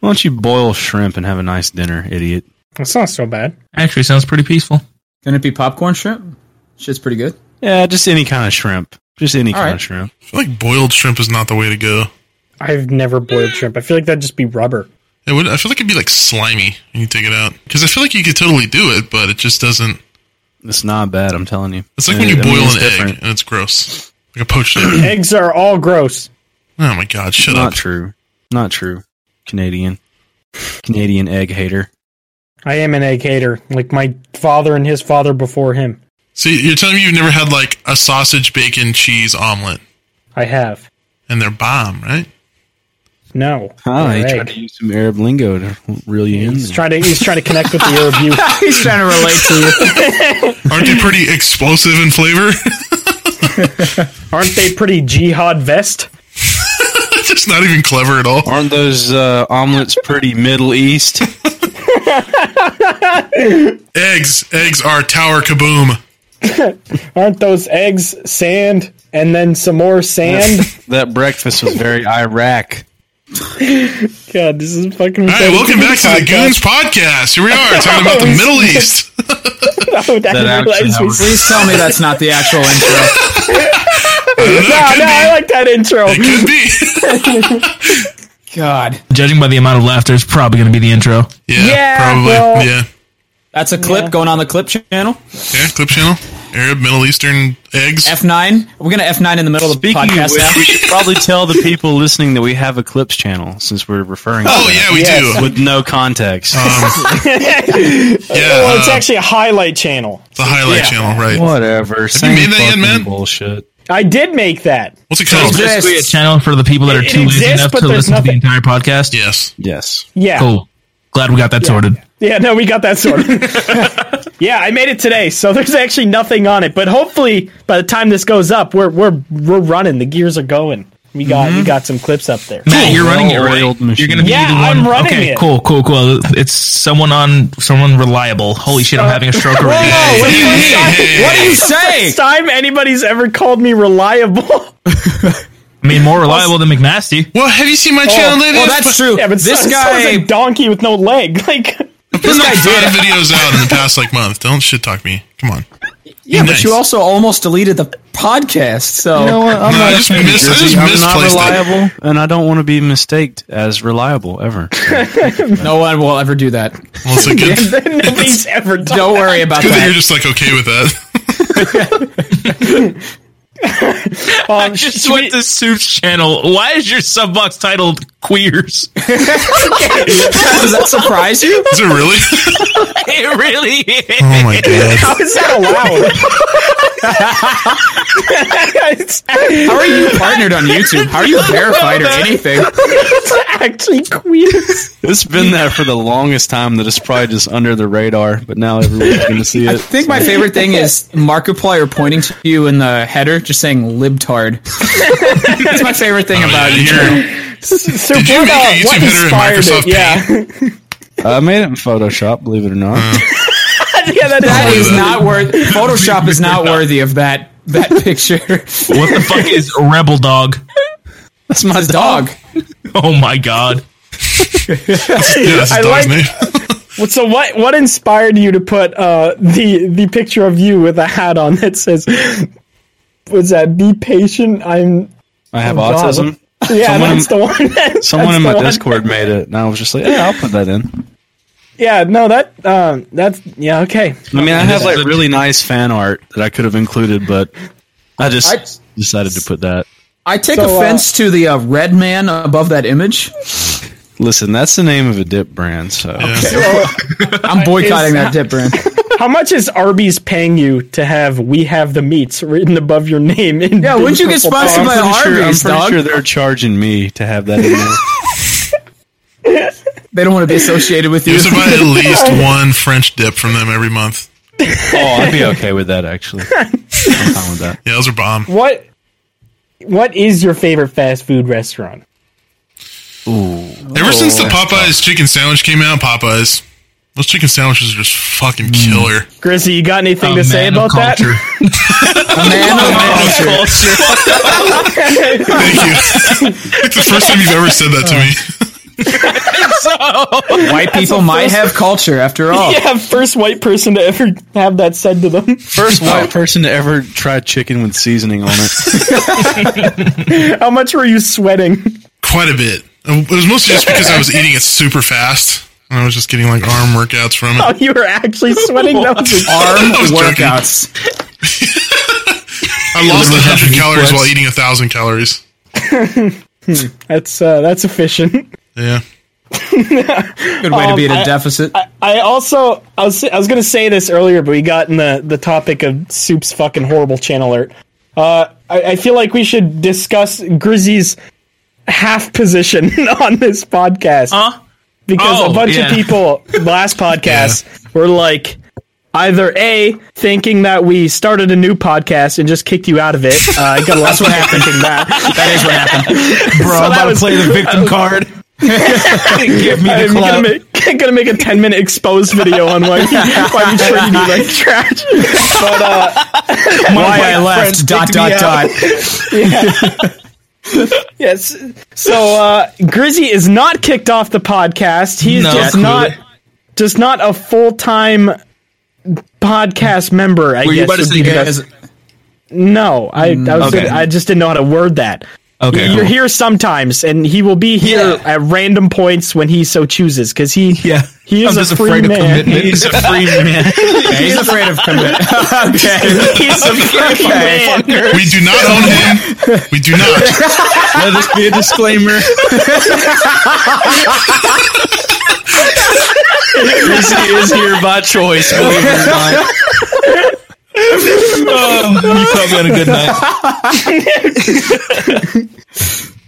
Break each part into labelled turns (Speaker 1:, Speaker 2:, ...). Speaker 1: Why don't you boil shrimp and have a nice dinner, idiot?
Speaker 2: That's not so bad.
Speaker 3: Actually, sounds pretty peaceful.
Speaker 4: Can it be popcorn shrimp? Shit's pretty good.
Speaker 1: Yeah, just any kind of shrimp. Just any
Speaker 4: All
Speaker 1: kind
Speaker 4: right.
Speaker 1: of shrimp.
Speaker 5: I feel like boiled shrimp is not the way to go.
Speaker 2: I've never boiled shrimp. I feel like that'd just be rubber.
Speaker 5: It would. I feel like it'd be like slimy when you take it out because I feel like you could totally do it, but it just doesn't.
Speaker 1: It's not bad, I'm telling you.
Speaker 5: It's like
Speaker 1: And
Speaker 5: when
Speaker 1: it-
Speaker 5: you
Speaker 1: I mean,
Speaker 5: boil
Speaker 1: it's
Speaker 5: an egg
Speaker 1: different.
Speaker 5: and it's gross, like a poached egg.
Speaker 2: Eggs are all gross.
Speaker 5: Oh my god! Shut
Speaker 1: Not
Speaker 5: up.
Speaker 1: true. Not true. Canadian. Canadian egg hater.
Speaker 2: I am an egg hater, like my father and his father before him.
Speaker 5: So you're telling me you've never had like a sausage, bacon, cheese omelet,
Speaker 2: I have.
Speaker 5: and they're bomb, right?
Speaker 2: No.
Speaker 1: Ah,
Speaker 2: They're
Speaker 1: he
Speaker 2: egg.
Speaker 1: tried to use some Arab lingo to reel you in.
Speaker 2: He's
Speaker 1: there.
Speaker 2: trying to he's trying to connect with the Arab youth.
Speaker 4: He's trying to relate to you.
Speaker 5: Aren't they pretty explosive in flavor?
Speaker 2: Aren't they pretty jihad vest?
Speaker 5: Just not even clever at all.
Speaker 1: Aren't those uh, omelets pretty Middle East?
Speaker 5: Eggs, eggs are tower kaboom.
Speaker 2: Aren't those eggs sand and then some more sand?
Speaker 1: that breakfast was very Iraq.
Speaker 2: God, this is fucking.
Speaker 5: All right, welcome back to the Goons Podcast. Here we are talking about the Middle East.
Speaker 2: Oh, that
Speaker 1: That actually
Speaker 2: reminds me.
Speaker 1: happened.
Speaker 4: Please tell me that's not the actual intro.
Speaker 2: Oh, No, no, I like that intro.
Speaker 5: It could be.
Speaker 4: God,
Speaker 3: Judging by the amount of laughter, it's probably going to be the intro.
Speaker 5: Yeah,
Speaker 2: Yeah,
Speaker 5: probably.
Speaker 2: well-
Speaker 5: Yeah.
Speaker 4: that's a clip going on the clip channel.
Speaker 5: Yeah, clip channel. Arab, Middle Eastern eggs.
Speaker 4: F9. We're gonna F9 in the middle of the
Speaker 1: Speaking of
Speaker 4: podcast
Speaker 1: which, we
Speaker 4: now.
Speaker 1: should probably tell the people listening that we have a clips channel since we're referring.
Speaker 5: oh,
Speaker 1: to
Speaker 5: yeah, Oh, we
Speaker 2: Yes.
Speaker 5: do.
Speaker 1: with no context.
Speaker 5: yeah,
Speaker 2: Well, it's
Speaker 5: uh,
Speaker 2: actually a highlight channel.
Speaker 5: the highlight
Speaker 2: yeah.
Speaker 5: channel, right.
Speaker 1: Whatever. Same
Speaker 5: made that yet,
Speaker 1: fucking
Speaker 5: man?
Speaker 1: bullshit.
Speaker 2: I did make that.
Speaker 5: What's it called?
Speaker 4: Yes.
Speaker 3: Basically, a channel for the people that are
Speaker 2: It- it
Speaker 3: too lazy
Speaker 2: exists,
Speaker 3: enough
Speaker 2: but
Speaker 3: to
Speaker 2: there's
Speaker 3: listen
Speaker 2: nothing-
Speaker 3: to the entire podcast.
Speaker 5: Yes.
Speaker 1: Yes.
Speaker 2: Yeah.
Speaker 3: Cool. Glad we got that sorted.
Speaker 2: Yeah, no, we got that sorted. yeah, I made it today, so there's actually nothing on it. But hopefully, by the time this goes up, we're we're we're running. The gears are going. We got we got some clips up there.
Speaker 3: Matt, you're running it, right?
Speaker 1: well-oiled machine.
Speaker 3: You're going to be
Speaker 2: Yeah,
Speaker 3: the one.
Speaker 2: I'm running
Speaker 3: okay,
Speaker 2: it.
Speaker 3: cool, cool, cool. It's someone on someone reliable. Holy shit, I'm having a stroke already.
Speaker 2: Whoa,
Speaker 5: Hey,
Speaker 2: wait,
Speaker 5: hey,
Speaker 2: wait,
Speaker 5: hey,
Speaker 2: wait.
Speaker 5: hey,
Speaker 4: What do
Speaker 5: hey.
Speaker 4: you say?
Speaker 2: First time anybody's ever called me reliable.
Speaker 3: I mean, more reliable than McNasty.
Speaker 5: Well, have you seen my channel lately?
Speaker 4: Well, that's true.
Speaker 2: Yeah, but
Speaker 4: this
Speaker 2: so, sounds
Speaker 4: guy,
Speaker 2: like donkey with no leg. Like,
Speaker 4: this guy
Speaker 5: Like
Speaker 4: did.
Speaker 5: five videos out in the past like month. Don't shit talk me. Come on.
Speaker 4: Yeah,
Speaker 5: Be
Speaker 4: but
Speaker 5: nice.
Speaker 4: you also almost deleted the podcast. So
Speaker 1: I'm
Speaker 5: No, I just missed- I just
Speaker 1: I'm not
Speaker 5: misplaced it.
Speaker 1: reliable, and I don't want to be mistaked as reliable ever.
Speaker 4: no one will ever do that.
Speaker 5: Well, it's a good, good
Speaker 2: nobody's ever done.
Speaker 4: Don't worry about
Speaker 5: that you're
Speaker 4: that.
Speaker 5: just like okay with that.
Speaker 2: Um,
Speaker 3: Just went to Suits channel. Why is your sub box titled Queers?
Speaker 4: Does that surprise you?
Speaker 5: Is it really?
Speaker 3: it really is.
Speaker 5: oh my god.
Speaker 2: How is that allowed? it's, act-
Speaker 4: How are you partnered on YouTube? How are you verified or anything?
Speaker 2: it's actually queers.
Speaker 1: It's been there for the longest time that it's probably just under the radar, but now everyone's going to see
Speaker 4: I
Speaker 1: it.
Speaker 4: think my favorite thing is Markiplier pointing to you in the header, just saying "libtard." That's my favorite thing
Speaker 5: Oh,
Speaker 4: about
Speaker 5: yeah,
Speaker 4: it.
Speaker 5: here.
Speaker 2: So
Speaker 5: Did you
Speaker 2: what,
Speaker 5: make
Speaker 2: uh,
Speaker 5: a YouTube
Speaker 2: what
Speaker 5: header in
Speaker 2: inspired
Speaker 5: Microsoft
Speaker 2: it? Yeah,
Speaker 1: I made it in Photoshop, believe it or not.
Speaker 2: yeah, that
Speaker 4: That
Speaker 2: is.
Speaker 4: is not worth. Photoshop is not worthy of that that picture.
Speaker 3: What the fuck is Rebel Dog?
Speaker 4: That's my dog.
Speaker 3: Oh my god.
Speaker 5: Yeah, that's his
Speaker 2: I like-
Speaker 5: dog's name.
Speaker 2: Well, So what? What inspired you to put uh, the the picture of you with a hat on that says, "Was that be patient"? I'm
Speaker 1: I have
Speaker 2: Oh, God.
Speaker 1: autism.
Speaker 2: yeah,
Speaker 1: Someone-
Speaker 2: that's the one.
Speaker 1: Someone
Speaker 2: That's
Speaker 1: in my
Speaker 2: the one.
Speaker 1: Discord made it, and I was just like, yeah, I'll put that in.
Speaker 2: Yeah, no, that um, that's yeah, okay.
Speaker 1: I mean, I have
Speaker 3: is
Speaker 1: like
Speaker 3: a-
Speaker 1: really nice fan art that I could have included, but I just
Speaker 4: I-
Speaker 1: decided to put that.
Speaker 4: I take
Speaker 2: So, uh,
Speaker 4: offense to the uh, red man above that image.
Speaker 1: Listen, that's the name of a dip brand, so
Speaker 4: I'm
Speaker 2: Is
Speaker 4: boycotting that dip brand.
Speaker 2: How much is Arby's paying you to have "We Have the Meats" written above your name? In
Speaker 4: Yeah,
Speaker 2: big
Speaker 4: wouldn't you get
Speaker 2: purple font?
Speaker 4: sponsored by
Speaker 1: I'm pretty, sure, I'm
Speaker 4: Arby's,
Speaker 1: pretty
Speaker 4: dog?
Speaker 1: sure they're charging me to have that in there.
Speaker 4: They don't want to be associated with
Speaker 5: You
Speaker 4: you.
Speaker 5: have to buy at least one French dip from them every month.
Speaker 1: oh, I'd be okay with that actually. I'm fine with that.
Speaker 5: Yeah, those are bomb.
Speaker 2: What? What is your favorite fast food restaurant?
Speaker 5: Ever since the Popeyes chicken sandwich came out, Popeyes, those chicken sandwiches are just fucking killer.
Speaker 2: Grizzy, you got anything to say about that?
Speaker 4: A man of
Speaker 2: Oh.
Speaker 4: culture.
Speaker 5: Thank you. it's the first time you've ever said that to me.
Speaker 3: so
Speaker 4: White people might have culture after all.
Speaker 2: yeah, first white person to ever have that said to them.
Speaker 1: First white person to ever try chicken with seasoning on it.
Speaker 2: How much were you sweating?
Speaker 5: Quite a bit. It was mostly just because I was eating it super fast, and I was just getting like arm workouts from it.
Speaker 2: You were actually sweating. That was
Speaker 4: Arm
Speaker 5: I was joking.
Speaker 4: workouts.
Speaker 5: I lost a hundred
Speaker 4: having
Speaker 5: calories
Speaker 4: flex.
Speaker 5: while eating a thousand calories.
Speaker 2: that's uh, that's efficient.
Speaker 5: Yeah.
Speaker 4: Good way to be at a
Speaker 2: Um, I-
Speaker 4: deficit.
Speaker 2: I also I was I was gonna say this earlier, but we got in the the topic of Soup's fucking horrible chin alert. Uh, I, I feel like we should discuss Grizzy's half position on this podcast
Speaker 3: Huh?
Speaker 2: because
Speaker 3: Oh,
Speaker 2: a bunch
Speaker 3: yeah.
Speaker 2: of people last podcast were like either a thinking that we started a new podcast and just kicked you out of it. Uh, I got a lot of people thinking that.
Speaker 4: That is what happened. Bro,
Speaker 2: So
Speaker 4: I'm
Speaker 2: that
Speaker 4: about
Speaker 2: was-
Speaker 4: to play the victim card. Give me the
Speaker 2: I'm gonna
Speaker 4: club.
Speaker 2: make, gonna make a 10 minute expose video on why we, why we treated you like trash. But, uh,
Speaker 4: Why
Speaker 2: my
Speaker 4: I left,
Speaker 2: friends
Speaker 4: dot,
Speaker 2: picked me up.
Speaker 4: dot, dot.
Speaker 2: Yes. So uh, Grizzy is not kicked off the podcast. He's
Speaker 3: No,
Speaker 2: just
Speaker 3: cool.
Speaker 2: not just not a full time podcast member. I
Speaker 3: Were
Speaker 2: guess.
Speaker 3: you about to
Speaker 2: would
Speaker 3: say
Speaker 2: be the
Speaker 3: guys?
Speaker 2: best- No, I I, was
Speaker 3: Okay.
Speaker 2: gonna- I just didn't know how to word that.
Speaker 3: Okay,
Speaker 2: you're
Speaker 3: cool.
Speaker 2: here sometimes, and he will be here
Speaker 3: Yeah.
Speaker 2: at random points when he so chooses, because he
Speaker 3: Yeah.
Speaker 2: he is
Speaker 3: I'm
Speaker 2: a
Speaker 3: just
Speaker 2: free
Speaker 3: afraid of
Speaker 2: man.
Speaker 3: commitment.
Speaker 1: He's a free man.
Speaker 4: Okay, he's afraid of commitment. okay.
Speaker 2: He's a free man.
Speaker 5: We do not own him. We do not.
Speaker 1: Let this be a disclaimer. Lucy is here by choice. Believe it or not. Oh,
Speaker 3: you probably had a good night.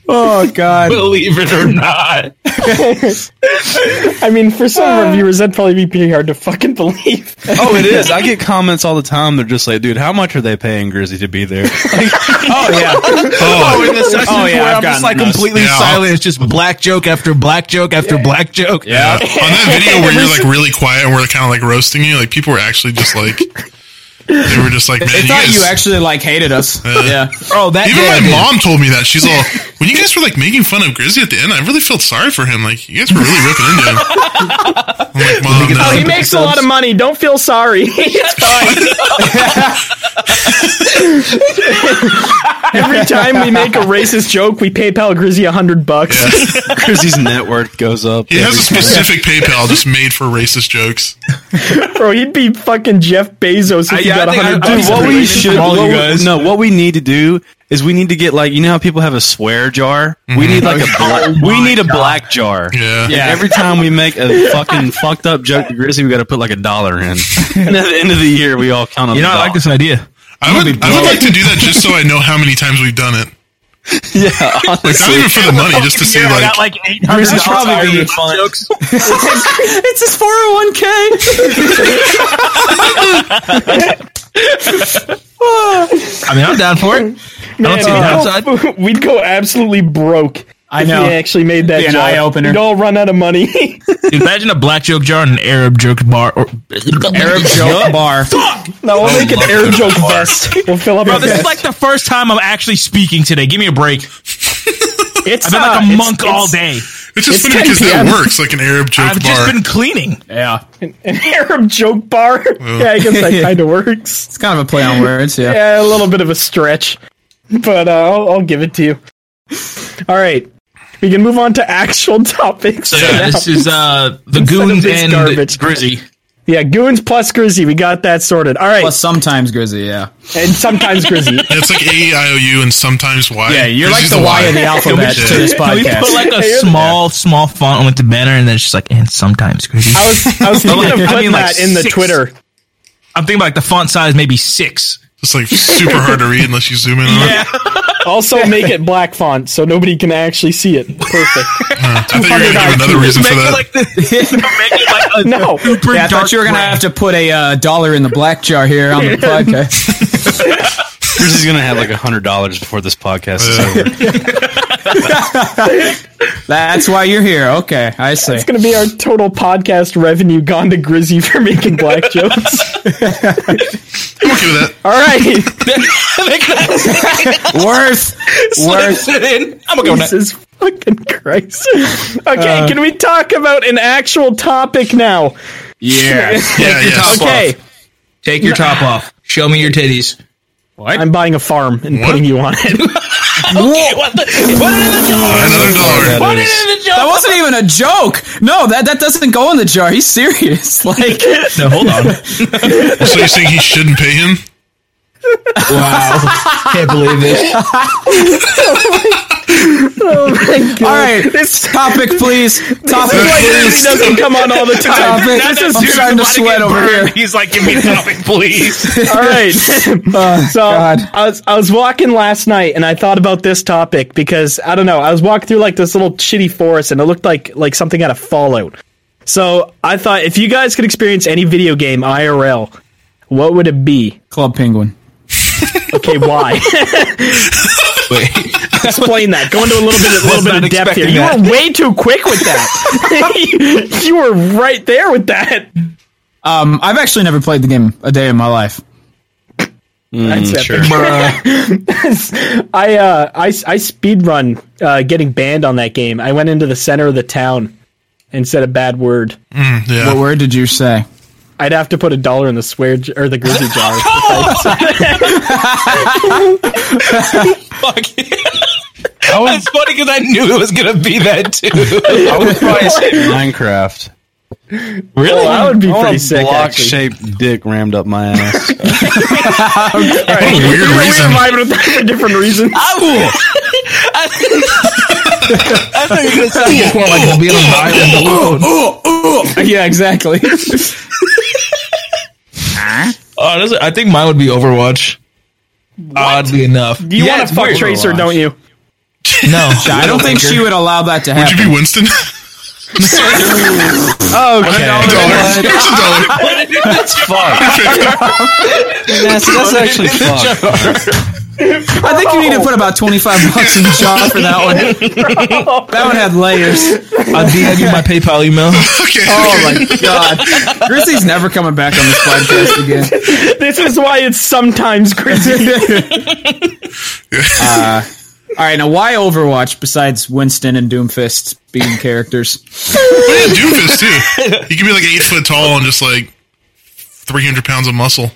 Speaker 4: Oh, God.
Speaker 3: Believe it or not.
Speaker 2: I mean, for
Speaker 3: Ah.
Speaker 2: some reviewers, that'd probably be pretty hard to fucking believe.
Speaker 1: Oh, it is. I get comments all the time. They're just like, dude, how much are they paying Grizzy to be there?
Speaker 4: Oh, yeah.
Speaker 5: Oh,
Speaker 3: in the sessions
Speaker 4: Oh, yeah,
Speaker 3: where
Speaker 4: I've
Speaker 3: I'm just
Speaker 4: gotten
Speaker 3: like
Speaker 4: those.
Speaker 3: completely
Speaker 5: Yeah.
Speaker 3: silent. It's just black joke after black joke after black joke.
Speaker 5: yeah. On that video where you're like really quiet and we're kind of like roasting you, like people were actually just like, they were just like, man,
Speaker 4: I
Speaker 5: you
Speaker 4: thought
Speaker 5: guys.
Speaker 4: you actually, like, hated us. yeah.
Speaker 3: Oh, that
Speaker 5: even
Speaker 3: yeah,
Speaker 5: my
Speaker 3: dude.
Speaker 5: mom told me that she's all. When you guys were like making fun of Grizzy at the end, I really felt sorry for him. Like you guys were really ripping into him. I'm like, mom, no.
Speaker 2: He makes a lot of money. Don't feel sorry. Every time we make a racist joke, we PayPal Grizzy a hundred bucks.
Speaker 1: Grizzy's net worth goes up.
Speaker 5: He has a
Speaker 1: every-
Speaker 5: specific PayPal just made for racist jokes.
Speaker 2: Bro, he'd be fucking Jeff Bezos if he
Speaker 3: yeah, I
Speaker 2: got a
Speaker 3: think I-
Speaker 2: hundred
Speaker 3: dude,
Speaker 2: bucks.
Speaker 3: what
Speaker 1: what we
Speaker 3: Really?
Speaker 1: should
Speaker 3: From all
Speaker 1: what
Speaker 3: you
Speaker 1: we-
Speaker 3: guys.
Speaker 1: no what we need to do is we need to get like you know how people have a swear jar we need like a bla- we need a black jar
Speaker 5: Yeah.
Speaker 1: And every time we make a fucking fucked up joke to Grizzly, we got to put like a dollar in. And at the end of the year, we all count on.
Speaker 3: You know,
Speaker 1: the
Speaker 3: I like this idea.
Speaker 5: I would, I would like to do that just so I know how many times we've done it.
Speaker 1: dollar.
Speaker 5: Not even for the money, just to see
Speaker 3: Yeah, I
Speaker 5: like,
Speaker 3: got like eight hundred
Speaker 1: is probably gonna be fun.
Speaker 3: jokes.
Speaker 4: It's his 401k.
Speaker 3: I mean, I'm down for it. I don't see the downside.
Speaker 2: we'd, go, we'd go absolutely broke.
Speaker 4: I
Speaker 2: if he
Speaker 4: know.
Speaker 2: actually made that
Speaker 4: Be an
Speaker 2: joke.
Speaker 4: eye-opener.
Speaker 2: We'd all run out of money.
Speaker 3: Dude, Imagine a black joke jar and an Arab joke bar. Or
Speaker 4: Arab joke bar.
Speaker 2: no, we'll make an air joke vest. We'll fill up.
Speaker 3: Oh Bro,
Speaker 2: our
Speaker 3: this is
Speaker 2: vest.
Speaker 3: like the first time I'm actually speaking today. Give me a break.
Speaker 2: it's
Speaker 3: I've been
Speaker 2: uh,
Speaker 3: like a
Speaker 2: it's-
Speaker 3: monk all
Speaker 2: it's
Speaker 3: day.
Speaker 5: it's just
Speaker 2: It's
Speaker 5: funny because
Speaker 2: 10
Speaker 5: that
Speaker 2: p.m.
Speaker 5: works like an Arab joke
Speaker 3: I've
Speaker 5: bar.
Speaker 3: just been cleaning.
Speaker 4: Yeah.
Speaker 2: An Arab joke bar. yeah, I guess that kind of works.
Speaker 4: It's kind of a play on words, yeah.
Speaker 2: Yeah, a little bit of a stretch, but uh, I'll, I'll give it to you. All right, we can move on to actual topics.
Speaker 3: So yeah, this is uh the
Speaker 2: of
Speaker 3: goons
Speaker 2: this
Speaker 3: and
Speaker 2: garbage.
Speaker 3: Grizzy.
Speaker 2: Yeah, Goons plus Grizzy, we got that sorted. All right,
Speaker 4: Plus sometimes Grizzy, yeah.
Speaker 2: and sometimes Grizzy.
Speaker 5: Yeah, it's like A I O U and sometimes Y. This is
Speaker 4: alphabet
Speaker 5: Yeah.
Speaker 3: Can we put like a small, small font on with the banner, and then it's just like, and sometimes Grizzy.
Speaker 2: I was, I was
Speaker 3: Well,
Speaker 2: thinking of
Speaker 3: Oh, I
Speaker 2: putting
Speaker 3: mean, like
Speaker 2: that in the
Speaker 3: six.
Speaker 2: Twitter.
Speaker 3: I'm thinking about like the font size, maybe six.
Speaker 5: It's like super hard to read unless you zoom in on it.
Speaker 2: Also, make it black font so nobody can actually see it. Perfect.
Speaker 5: I thought you were going to give another reason for that.
Speaker 3: Make it like, this- make it like a
Speaker 2: No.
Speaker 3: super
Speaker 4: Yeah, I
Speaker 3: dark
Speaker 4: thought you were gonna
Speaker 3: gray.
Speaker 4: have to put a uh, dollar in the black jar here on the podcast.
Speaker 1: Grizzly's gonna have like a hundred dollars before this podcast is
Speaker 5: Yeah.
Speaker 1: over.
Speaker 4: That's why you're here. Okay, I see.
Speaker 2: It's gonna be our total podcast revenue gone to Grizzy for making black jokes.
Speaker 5: I'm okay with that.
Speaker 2: All right,
Speaker 4: Worth, worth.
Speaker 3: I'm gonna go Uh. with
Speaker 2: this
Speaker 3: that.
Speaker 2: is Fucking Christ. Okay, can we talk about an actual topic now?
Speaker 3: Yeah.
Speaker 5: Yeah, yes.
Speaker 2: Okay,
Speaker 3: Take your top off. Show me your titties.
Speaker 2: I'm buying a farm and putting you on it.
Speaker 5: Another dollar.
Speaker 1: That is-
Speaker 4: That wasn't even a joke. No, that that doesn't go in the jar. He's serious. Like,
Speaker 3: No, hold on.
Speaker 5: So you're saying he shouldn't pay him?
Speaker 3: Can't believe this.
Speaker 2: Oh,
Speaker 4: all right, topic, please. Topic,
Speaker 2: Like,
Speaker 4: please.
Speaker 2: it doesn't come on all the time.
Speaker 4: Topic. I'm starting to sweat over here.
Speaker 3: He's like, give me topic, please.
Speaker 2: All right. so
Speaker 4: God.
Speaker 2: I was I was walking last night and I thought about this topic because I don't know, I was walking through like this little shitty forest and it looked like like something out of Fallout. So I thought if you guys could experience any video game IRL, what would it be?
Speaker 4: Club Penguin.
Speaker 2: Okay, why?
Speaker 3: Wait.
Speaker 2: Explain that. Go into a little bit a little bit
Speaker 3: not
Speaker 2: of depth here.
Speaker 3: expecting that.
Speaker 2: You were way too quick with that. you were right there with that.
Speaker 4: Um, I've actually never played the game a day in my life.
Speaker 2: That's
Speaker 1: sure.
Speaker 2: epic. I, uh, I, I speedrun uh, getting banned on that game. I went into the center of the town and said a bad word.
Speaker 5: Mm-hmm. Yeah.
Speaker 4: What word did you say?
Speaker 2: I'd have to put a dollar in the swear j- or the grizzly jar.
Speaker 3: Fuck. That's funny because I knew it was gonna be that too.
Speaker 1: I would probably say Minecraft.
Speaker 2: Well, that would be
Speaker 1: I want
Speaker 2: pretty
Speaker 1: a
Speaker 2: sick.
Speaker 1: block
Speaker 2: actually.
Speaker 1: shaped dick rammed up my ass.
Speaker 2: All right.
Speaker 5: What a
Speaker 2: We
Speaker 5: weird
Speaker 2: were
Speaker 5: reason.
Speaker 2: vibing with that for different reasons.
Speaker 4: yeah, exactly.
Speaker 3: Oh, this- I think mine would be Overwatch. Oddly enough,
Speaker 2: You
Speaker 3: Yeah,
Speaker 2: want
Speaker 3: it's
Speaker 2: to fuck
Speaker 3: weird.
Speaker 2: Tracer, don't you?
Speaker 3: No,
Speaker 4: I don't think she would allow that to
Speaker 5: Would you
Speaker 4: happen.
Speaker 5: be Winston?
Speaker 1: okay.
Speaker 5: dollar. Here's a dollar.
Speaker 1: That's fucked. that's, that's actually fucked.
Speaker 4: I think you need to put about twenty five bucks in the jar for that one. that one had layers.
Speaker 3: I'll DM you my PayPal email.
Speaker 5: Okay.
Speaker 4: Oh
Speaker 5: okay.
Speaker 4: my god, Grizzly's never coming back on this podcast again.
Speaker 2: This is why it's sometimes grizzly.
Speaker 4: All right, now why Overwatch besides Winston and Doomfist being characters?
Speaker 5: Yeah, Doomfist too. He could be like eight foot tall and just like three hundred pounds of muscle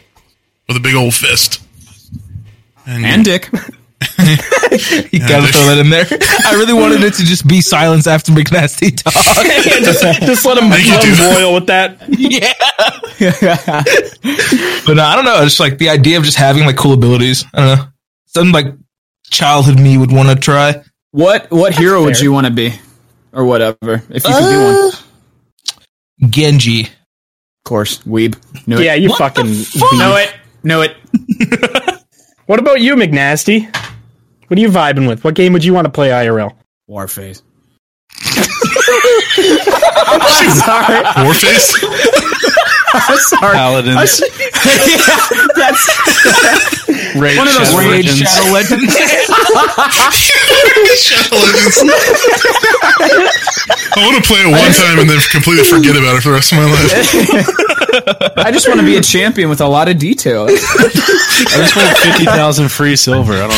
Speaker 5: with a big old fist. And,
Speaker 4: Dick.
Speaker 3: You gotta
Speaker 5: they-
Speaker 3: throw that in there. I really wanted it to just be silence after McNasty talk.
Speaker 2: just, just let him,
Speaker 5: I think
Speaker 2: let
Speaker 5: you
Speaker 2: him
Speaker 5: do that.
Speaker 2: boil with that.
Speaker 3: yeah. but no, I don't know. It's like the idea of just having like cool abilities. I don't know. Something like childhood me would want to try.
Speaker 4: What what hero would you want to be, or whatever? If you could be one, of
Speaker 3: Genji.
Speaker 4: course. Weeb. Knew it.
Speaker 2: Yeah, you fucking know it.
Speaker 4: Knew it.
Speaker 2: What about you, McNasty? What are you vibing with? What game would you want to play IRL?
Speaker 4: Warface.
Speaker 5: Warface?
Speaker 4: Sorry.
Speaker 1: Paladins. Rage
Speaker 4: One of those
Speaker 1: Shadow
Speaker 4: rage
Speaker 1: Legends.
Speaker 3: Shadow Legends.
Speaker 5: Shadow Legends. I want to play it one time and then completely forget about it for the rest of my life.
Speaker 4: I just want to be a champion with a lot of detail.
Speaker 1: I just want 50,000 free silver. I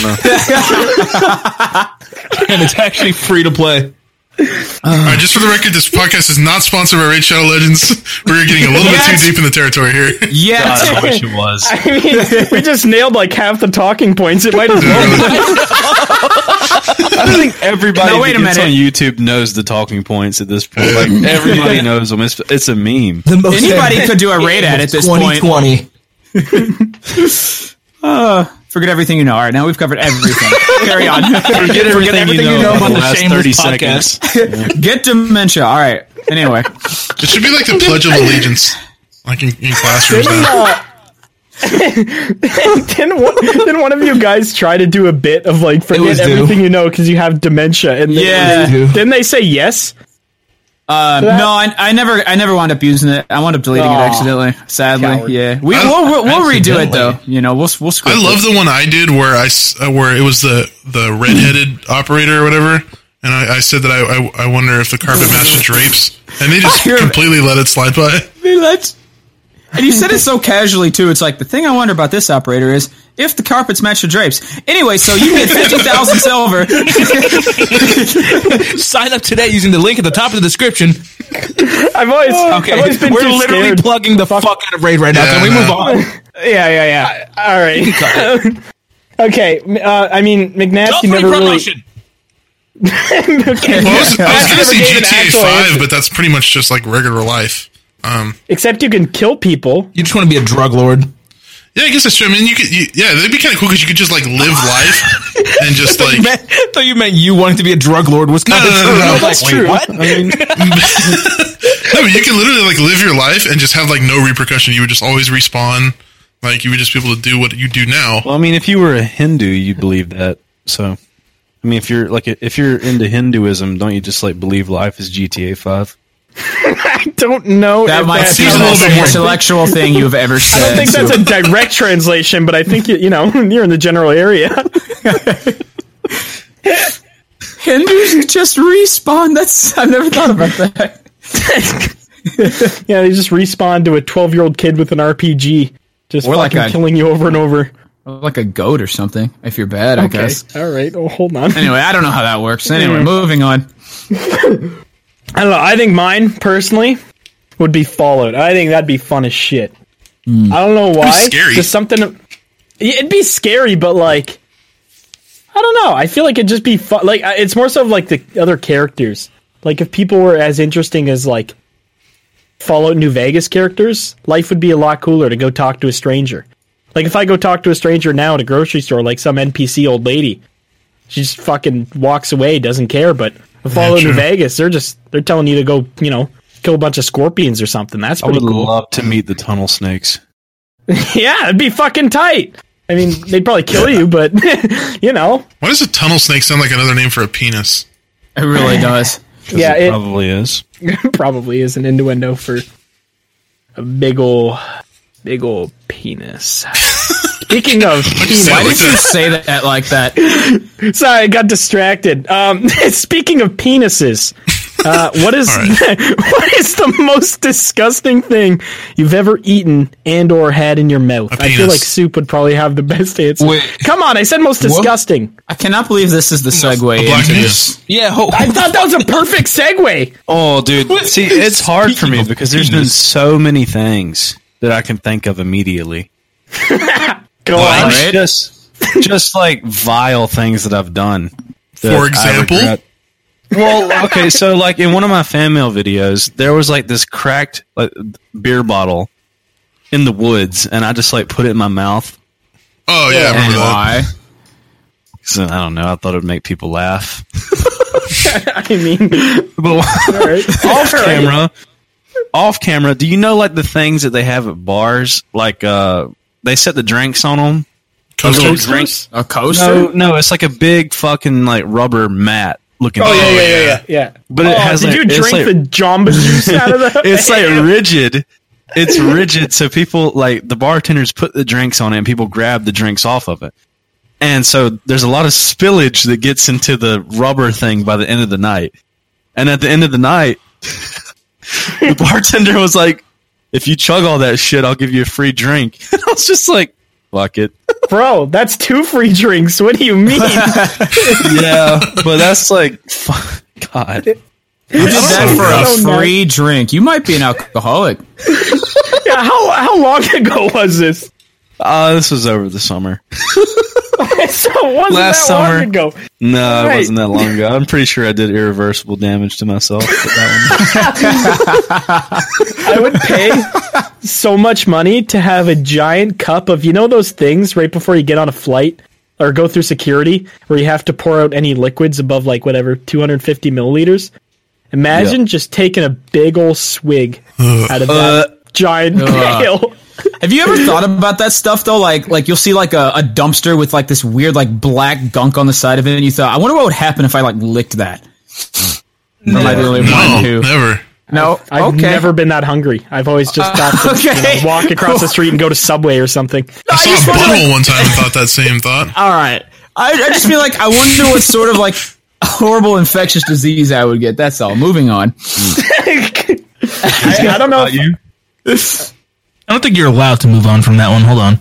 Speaker 1: don't know.
Speaker 3: and it's actually free to play.
Speaker 5: All right, just for the record, this podcast is not sponsored by Raid Shadow Legends. We're getting a little bit
Speaker 4: Yes.
Speaker 5: too deep in the territory here.
Speaker 4: Yeah.
Speaker 1: I wish it was.
Speaker 2: I mean, we just nailed like half the talking points. It might as well.
Speaker 1: I think everybody
Speaker 4: Now,
Speaker 1: that
Speaker 4: wait a
Speaker 1: gets
Speaker 4: minute.
Speaker 1: on YouTube knows the talking points at this point. Like everybody knows them. It's, it's a meme.
Speaker 3: The most
Speaker 4: Anybody could do a raid ad at this point.
Speaker 3: 2020.
Speaker 4: Forget everything you know. All right, now we've covered everything. Carry on.
Speaker 1: Forget everything,
Speaker 3: everything you know
Speaker 1: for
Speaker 3: about
Speaker 1: the
Speaker 3: the
Speaker 1: last
Speaker 3: Shameless
Speaker 1: 30
Speaker 3: podcast.
Speaker 1: seconds.
Speaker 4: Get dementia. All right. Anyway,
Speaker 5: It should be like the Pledge of Allegiance, like in, in classrooms now.
Speaker 2: Uh, didn't, one, didn't one of you guys try to do a bit of like
Speaker 3: was
Speaker 2: forget
Speaker 3: due.
Speaker 2: everything you know because you have dementia? And then-
Speaker 4: Yeah.
Speaker 3: Due.
Speaker 2: Didn't they say yes?
Speaker 4: um, no, I, I never, I never wound up using it. I wound up deleting it
Speaker 2: Aw.
Speaker 4: accidentally. Sadly,
Speaker 2: Coward.
Speaker 4: yeah. We, we'll, we'll, we'll redo it
Speaker 3: Accidentally.
Speaker 4: though. You know, we'll we'll script
Speaker 5: I
Speaker 4: it.
Speaker 5: love the one I did where I s- uh, where it was the the redheaded operator or whatever, and I, I said that I, I I wonder if the carpet matches drapes, and they just
Speaker 4: You're-
Speaker 5: completely let it slide by.
Speaker 4: They let- And you said it so casually too. It's like the thing I wonder about this operator is If the carpets match the drapes. Anyway, so you get 50,000 silver.
Speaker 3: Sign up today using the link at the top of the description.
Speaker 2: I've always,
Speaker 3: Okay,
Speaker 2: I've always been
Speaker 3: we're
Speaker 2: too
Speaker 3: literally
Speaker 2: scared.
Speaker 3: plugging the fuck, out of raid right now.
Speaker 5: Yeah,
Speaker 3: Can we
Speaker 5: I
Speaker 3: move
Speaker 5: know.
Speaker 3: on?
Speaker 2: yeah, yeah, yeah. All right. okay. m- Uh, I mean, McNasty
Speaker 3: Adult-free
Speaker 2: never really.
Speaker 3: promotion.
Speaker 5: Well, I was, I was
Speaker 2: Never
Speaker 5: gonna say
Speaker 2: gave an
Speaker 5: GTA
Speaker 2: actual
Speaker 5: Five,
Speaker 2: answer.
Speaker 5: but that's pretty much just like regular life. Um,
Speaker 2: Except you can kill people.
Speaker 3: You just want to be a drug lord.
Speaker 5: yeah, I guess that's true. I mean, you could, you, yeah, that'd be kind of cool because you could just like live life and just like
Speaker 3: thought you meant you wanted to be a drug lord was kind
Speaker 5: No, no, no, no, no,
Speaker 3: I was
Speaker 5: that's
Speaker 3: like,
Speaker 2: true.
Speaker 3: What?
Speaker 5: no, but you can literally like live your life and just have like no repercussion. You would just always respawn. Like you would just be able to do what you do now.
Speaker 1: Well, I mean, if you were a Hindu, you believe that. So, I mean, if you're like if you're into Hinduism, don't you just like believe life is GTA Five?
Speaker 2: I don't know.
Speaker 4: That
Speaker 2: if
Speaker 4: might
Speaker 2: that's
Speaker 4: be the
Speaker 5: a little
Speaker 4: most
Speaker 5: bit more-
Speaker 4: intellectual thing you've ever said.
Speaker 2: I don't think that's a direct translation, but I think you, you know you're in the general area.
Speaker 4: Hindus just respawn. That's I've never thought about that.
Speaker 2: yeah, they just respawn to a 12 year old kid with an RPG, just
Speaker 4: Or like
Speaker 2: fucking
Speaker 4: a-
Speaker 2: killing you over and over.
Speaker 4: Like a goat or something. If you're bad, I
Speaker 2: Okay,
Speaker 4: guess.
Speaker 2: all right. Oh, hold on.
Speaker 4: Anyway, I don't know how that works. Anyway, moving on.
Speaker 2: I don't know. I think mine personally would be Fallout. I think that'd be fun as shit. I don't know why.
Speaker 5: scary.
Speaker 2: Just something. It'd be scary, but like, I don't know. I feel like it'd just be fun. Like I- it's more so of like the other characters. Like if people were as interesting as like Fallout New Vegas characters, life would be a lot cooler to go talk to a stranger. Like if I go talk to a stranger now at a grocery store, like some NPC old lady, she just fucking walks away, doesn't care. But if Fallout New
Speaker 5: true.
Speaker 2: Vegas, they're just they're telling you to go, you know, kill a bunch of scorpions or something. That's
Speaker 1: I would
Speaker 2: pretty cool.
Speaker 1: love to meet the tunnel snakes.
Speaker 2: yeah, it'd be fucking tight. I mean, they'd probably kill you, but you know,
Speaker 5: Why does a tunnel snake sound like another name for a penis?
Speaker 4: It really does.
Speaker 2: yeah,
Speaker 1: it,
Speaker 2: it
Speaker 1: probably is.
Speaker 2: probably is an innuendo for a big ol' big ol' penis. Speaking of penis,
Speaker 5: Sound like
Speaker 4: Did you
Speaker 5: that.
Speaker 4: say that like that?
Speaker 2: sorry, I got distracted. Um, speaking of penises, uh, what is
Speaker 5: All
Speaker 2: what is the most disgusting thing you've ever eaten and or had in your mouth? I feel
Speaker 5: penis.
Speaker 2: like soup would probably have the best answer.
Speaker 3: Wait.
Speaker 2: Come on, I said most disgusting.
Speaker 4: I cannot believe this is the segue
Speaker 5: A black
Speaker 4: into this.
Speaker 5: penis?
Speaker 3: Yeah, ho-
Speaker 2: I thought Uh, that was a perfect segue.
Speaker 1: Oh, dude. See, it's hard for me because there's been so many things that I can think of immediately.
Speaker 2: Go
Speaker 5: What?
Speaker 2: on.
Speaker 1: Like, Just, just like vile things that I've done. that
Speaker 5: For
Speaker 1: I
Speaker 5: example?
Speaker 1: regret. Well, okay, so like in one of my fan mail videos, there was like this cracked like, beer bottle in the woods, and I just like put it in my mouth.
Speaker 5: Oh yeah, I remember
Speaker 4: And
Speaker 5: that.
Speaker 4: why?
Speaker 1: So, I don't know. I thought it would make people laugh.
Speaker 2: I mean,
Speaker 1: But
Speaker 2: all right.
Speaker 1: off camera, off camera, do you know like the things that they have at bars? Like uh, they set the drinks on them.
Speaker 5: Coasters?
Speaker 1: drinks.
Speaker 4: A coaster?
Speaker 2: Oh,
Speaker 1: No, no, it's like a big fucking like rubber mat looking.
Speaker 2: Oh yeah,
Speaker 1: thing.
Speaker 2: yeah, yeah, yeah, yeah.
Speaker 1: But it
Speaker 2: Oh,
Speaker 1: has
Speaker 2: did
Speaker 1: like,
Speaker 2: you
Speaker 1: it's
Speaker 2: drink
Speaker 1: like-
Speaker 2: the Jamba juice out of the?
Speaker 1: it's like rigid. It's rigid, so people like the bartenders put the drinks on it, and people grab the drinks off of it. And so there's a lot of spillage that gets into the rubber thing by the end of the night. And at the end of the night, the bartender was like, "If you chug all that shit, I'll give you a free drink." And I was just like, "Fuck it."
Speaker 2: bro, that's two free drinks. What do you
Speaker 1: Yeah,
Speaker 2: mean?
Speaker 1: but that's like, fuck, God.
Speaker 4: you did that
Speaker 2: know.
Speaker 4: for a free drink. You might be an alcoholic.
Speaker 2: yeah, how how long ago was this?
Speaker 1: Uh, this was over the summer.
Speaker 2: so it wasn't
Speaker 1: Last
Speaker 2: that
Speaker 1: summer.
Speaker 2: long ago.
Speaker 1: No,
Speaker 2: Right.
Speaker 1: it wasn't that long ago. I'm pretty sure I did irreversible damage to myself. But that
Speaker 2: I would pay so much money to have a giant cup of you know those things right before you get on a flight or go through security where you have to pour out any liquids above like whatever 250 milliliters. Imagine just taking a big old swig out of
Speaker 4: Uh,
Speaker 2: that giant pail.
Speaker 4: Have you ever thought about that stuff though? Like, like you'll see like a, a dumpster with like this weird like black gunk on the side of it, and you thought, I wonder what would happen if I like licked that. No, I really
Speaker 5: No,
Speaker 4: wanted to.
Speaker 5: never.
Speaker 4: No,
Speaker 2: I've
Speaker 4: okay. Uh,
Speaker 2: never been that hungry. I've always just thought to you
Speaker 4: okay.
Speaker 2: know, walk across the street and go to Subway or something.
Speaker 4: I
Speaker 5: I
Speaker 4: just
Speaker 5: saw a
Speaker 4: wonder,
Speaker 5: butthole one time and thought that same thought.
Speaker 4: all right. I, I just feel like I wonder what sort of like horrible infectious disease I would get. That's all. Moving on.
Speaker 2: I, I don't know. if-
Speaker 4: Uh,
Speaker 3: I don't think you're allowed to move on from that one. Hold on.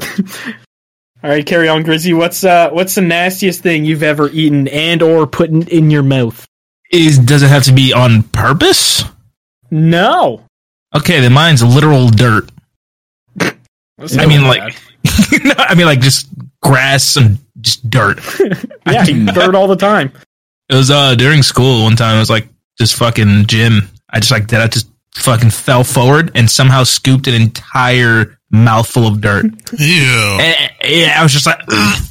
Speaker 2: All right, carry on, Grizzy. What's uh, what's the nastiest thing you've ever eaten and or put in, in your mouth?
Speaker 3: Is does it have to be on purpose?
Speaker 2: No,
Speaker 3: Okay, then mine's literal dirt. I
Speaker 4: Oh,
Speaker 3: mean, like, no, I mean, like, just grass and just dirt.
Speaker 2: yeah, you bird all the time.
Speaker 3: It was uh during school one time. It was like this fucking gym. I just like that. I just fucking fell forward and somehow scooped an entire mouthful of dirt.
Speaker 5: Ew.
Speaker 3: and, yeah, I was just like, "Ugh."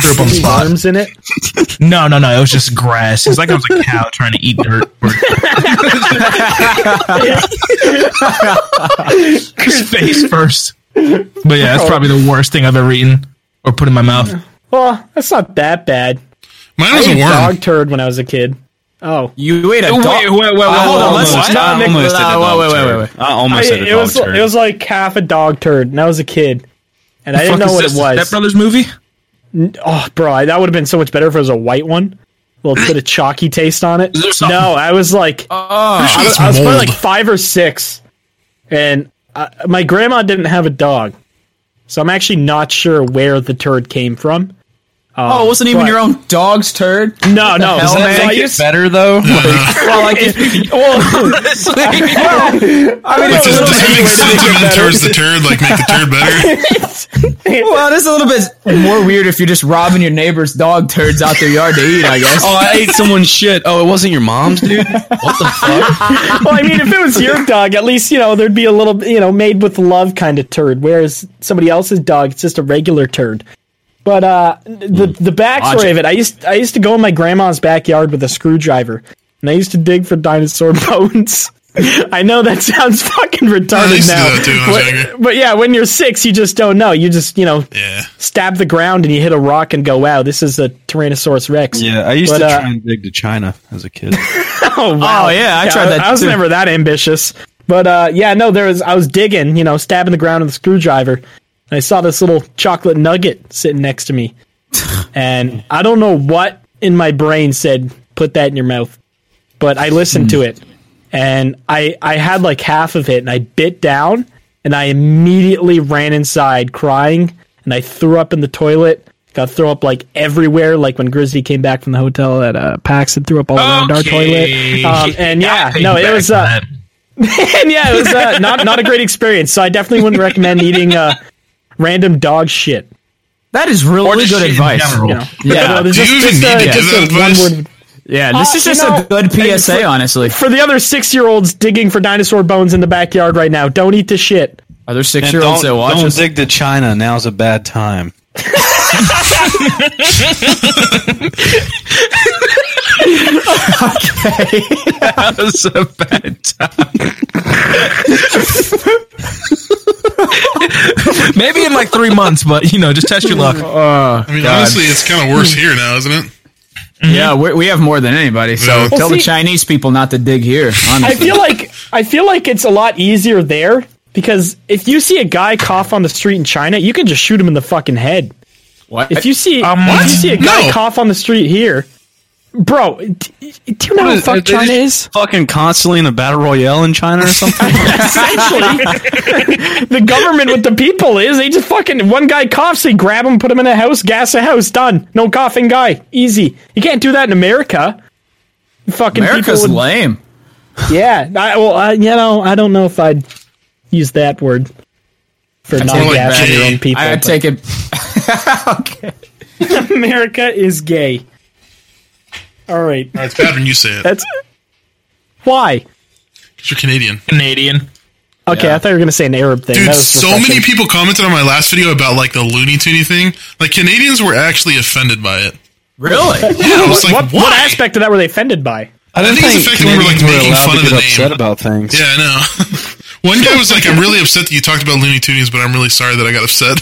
Speaker 3: threw up on the
Speaker 2: Any
Speaker 3: spot.
Speaker 2: worms in it?
Speaker 3: No, no, no. It was just grass. It was like I was a cow trying to eat dirt. Just face first. But yeah,
Speaker 2: Oh.
Speaker 3: that's probably the worst thing I've ever eaten or put in my mouth.
Speaker 2: Well, that's not that bad.
Speaker 5: Mine
Speaker 2: I
Speaker 5: was
Speaker 2: ate
Speaker 5: a worm.
Speaker 2: dog turd when I was a kid. Oh,
Speaker 4: You ate a dog.
Speaker 3: Ah,
Speaker 2: hold
Speaker 4: hold
Speaker 2: on,
Speaker 4: on,
Speaker 2: let's
Speaker 4: let's
Speaker 2: just
Speaker 4: not
Speaker 2: not
Speaker 4: make
Speaker 2: make-
Speaker 1: almost did a
Speaker 4: uh,
Speaker 1: dog
Speaker 4: wait, wait, wait,
Speaker 1: turd.
Speaker 4: wait.
Speaker 1: I
Speaker 2: I,
Speaker 1: almost did a
Speaker 2: it
Speaker 1: dog
Speaker 2: was
Speaker 1: turd.
Speaker 2: it was like half a dog turd, and I was a kid, and I didn't know what it was.
Speaker 3: That Brothers movie?
Speaker 2: Oh, bro, I- that would have been so much better if it was a white one. A little bit of chalky taste on it.
Speaker 3: there something-
Speaker 2: No, I was like,
Speaker 4: Oh,
Speaker 2: I,
Speaker 5: It's
Speaker 2: was- I was probably
Speaker 5: mold.
Speaker 2: like five or six, and I, my grandma didn't have a dog, so I'm actually not sure where the turd came from.
Speaker 4: oh, it wasn't even
Speaker 2: What?
Speaker 4: your own dog's turd.
Speaker 2: No, no,
Speaker 4: hell,
Speaker 2: so
Speaker 4: man?
Speaker 2: I
Speaker 4: Make it
Speaker 2: used-
Speaker 1: better though.
Speaker 4: Well, like if,
Speaker 2: well,
Speaker 4: I mean, it
Speaker 5: Does,
Speaker 4: was a
Speaker 5: does
Speaker 4: little,
Speaker 5: having sentiment towards the turd like make the turd better?
Speaker 4: well, it's a little bit more weird if you're just robbing your neighbor's dog turds out their yard to eat. I guess.
Speaker 1: Oh, I ate someone's shit. Oh, it wasn't your mom's, dude. What the fuck?
Speaker 2: well, I mean, if it was your dog, at least you know there'd be a little, you know, made with love kind of turd. Whereas somebody else's dog, it's just a regular turd. But uh, the
Speaker 5: Hmm.
Speaker 2: the backstory
Speaker 4: Logic.
Speaker 2: of it, I used I used to go in my grandma's backyard with a screwdriver, and I used to dig for dinosaur bones. I know that sounds fucking
Speaker 5: I
Speaker 2: retarded
Speaker 5: used to do
Speaker 2: now,
Speaker 5: that too when I was younger.
Speaker 2: but, but yeah, when you're six, you just don't know. You just you know
Speaker 5: Yeah.
Speaker 2: stab the ground and you hit a rock and go, wow, this is a Tyrannosaurus Rex.
Speaker 1: Yeah, I used
Speaker 2: But,
Speaker 1: to
Speaker 2: uh,
Speaker 1: try and dig to China as a kid.
Speaker 2: Oh wow!
Speaker 4: Oh, yeah, I tried that
Speaker 2: I was
Speaker 4: too.
Speaker 2: never that ambitious, but uh, yeah, no, there was. I was digging, you know, stabbing the ground with a screwdriver, and I saw this little chocolate nugget sitting next to me, and I don't know what in my brain said, "Put that in your mouth," but I listened to it, and I I had like half of it, and I bit down, and I immediately ran inside crying, and I threw up in the toilet. Got throw up like everywhere, like when Grizzly came back from the hotel at uh, PAX and threw up all around our toilet.
Speaker 3: Okay.
Speaker 2: Um, and yeah,
Speaker 3: I'll pay
Speaker 2: no,
Speaker 3: you
Speaker 2: it
Speaker 3: back
Speaker 2: was
Speaker 3: for
Speaker 2: uh,
Speaker 3: that.
Speaker 2: and yeah, it was uh, not not a great experience. So I definitely wouldn't recommend eating uh, random dog shit.
Speaker 4: that is
Speaker 3: Or
Speaker 4: really
Speaker 3: just
Speaker 4: good
Speaker 3: shit in
Speaker 4: advice.
Speaker 3: general.
Speaker 2: You know,
Speaker 4: Yeah.
Speaker 2: No, there's uh,
Speaker 5: Do you even need to give that
Speaker 2: one
Speaker 5: advice?
Speaker 2: word-
Speaker 4: Yeah, this
Speaker 2: Uh,
Speaker 4: is just
Speaker 2: you know,
Speaker 4: a good
Speaker 2: it's
Speaker 4: PSA,
Speaker 2: like-
Speaker 4: honestly.
Speaker 2: for the other six year olds digging for dinosaur bones in the backyard right now. Don't eat the shit.
Speaker 4: Other six
Speaker 1: And
Speaker 4: year olds
Speaker 1: don't
Speaker 4: that watch
Speaker 1: don't
Speaker 4: us.
Speaker 1: dig to China. Now's a bad time.
Speaker 3: That was a bad time. Maybe in like three months, but you know, just test your luck.
Speaker 5: I mean, honestly, it's kind of worse here now, isn't it?
Speaker 4: Yeah, we we have more than anybody. So
Speaker 5: Yeah.
Speaker 4: tell the
Speaker 2: see-
Speaker 4: Chinese people not to dig here.
Speaker 2: I
Speaker 4: Honestly,
Speaker 2: feel like I feel like it's a lot easier there because if you see a guy cough on the street in China, you can just shoot him in the fucking head.
Speaker 4: What?
Speaker 2: If you see
Speaker 3: Um,
Speaker 2: if you see a guy
Speaker 5: No.
Speaker 2: cough on the street here, bro, d- do you know how
Speaker 1: is-
Speaker 2: fuck
Speaker 1: they just-
Speaker 2: China is?
Speaker 1: Fucking constantly in a battle royale in China or something.
Speaker 2: essentially the government with the people is they just fucking one guy coughs they grab him put him in a house gas a house done no coughing guy easy you can't do that in america fucking
Speaker 4: America's
Speaker 2: people would-
Speaker 4: lame.
Speaker 2: yeah I, well I, you know i don't know if i'd use that word for not
Speaker 5: more like
Speaker 2: gassing your
Speaker 5: gay.
Speaker 2: own people
Speaker 4: I
Speaker 2: but
Speaker 4: take it.
Speaker 2: america is gay all right
Speaker 5: Or It's bad when you say it.
Speaker 2: that's why
Speaker 5: 'cause you're Canadian.
Speaker 3: Canadian.
Speaker 2: okay i thought you were gonna say an arab thing
Speaker 5: Dude,
Speaker 2: That was
Speaker 5: so
Speaker 2: refreshing.
Speaker 5: many people commented on my last video about like the Looney Tooney thing. Like Canadians were actually offended by it.
Speaker 4: Really?
Speaker 5: Yeah, I was like,
Speaker 2: what,
Speaker 5: why?
Speaker 2: what aspect of that were they offended by
Speaker 1: I don't
Speaker 5: think it's the fact that we were, like,
Speaker 1: Canadians
Speaker 5: making
Speaker 1: allowed
Speaker 5: fun
Speaker 1: to
Speaker 5: of the
Speaker 1: get
Speaker 5: name.
Speaker 1: upset about things.
Speaker 5: Yeah, I know. One guy was like, "I'm really upset that you talked about Looney Tunes, but I'm really sorry that I got upset."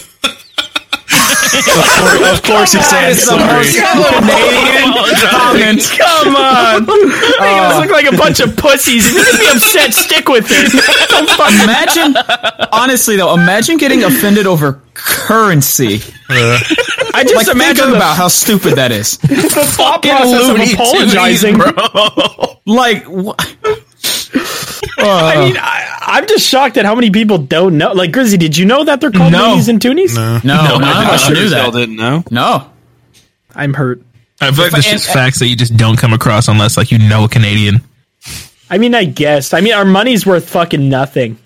Speaker 1: Of course, it's
Speaker 4: It's the most Canadian comment.
Speaker 2: Come on! Make us look like a bunch of pussies. If you're gonna be upset, stick with it. Don't fucking
Speaker 4: Imagine, honestly though, imagine getting offended over currency.
Speaker 5: Uh,
Speaker 4: I just like,
Speaker 2: imagine
Speaker 4: think
Speaker 2: the-
Speaker 4: about how stupid that is.
Speaker 2: the thought process of
Speaker 3: Looney
Speaker 2: apologizing.
Speaker 3: Tunes, bro.
Speaker 4: Like, wha-
Speaker 2: I mean, I, I'm just shocked at how many people don't know. Like Grizzy, did you know that they're called
Speaker 3: No.
Speaker 2: loonies and toonies?
Speaker 4: No, no, none of
Speaker 1: I
Speaker 4: us
Speaker 1: sure
Speaker 4: knew
Speaker 1: as hell Oh,
Speaker 4: that.
Speaker 1: didn't know.
Speaker 4: No.
Speaker 2: I'm hurt.
Speaker 3: I feel like this is facts that you just don't come across unless like you know a Canadian.
Speaker 2: I mean, I guess. I mean, our money's worth fucking nothing,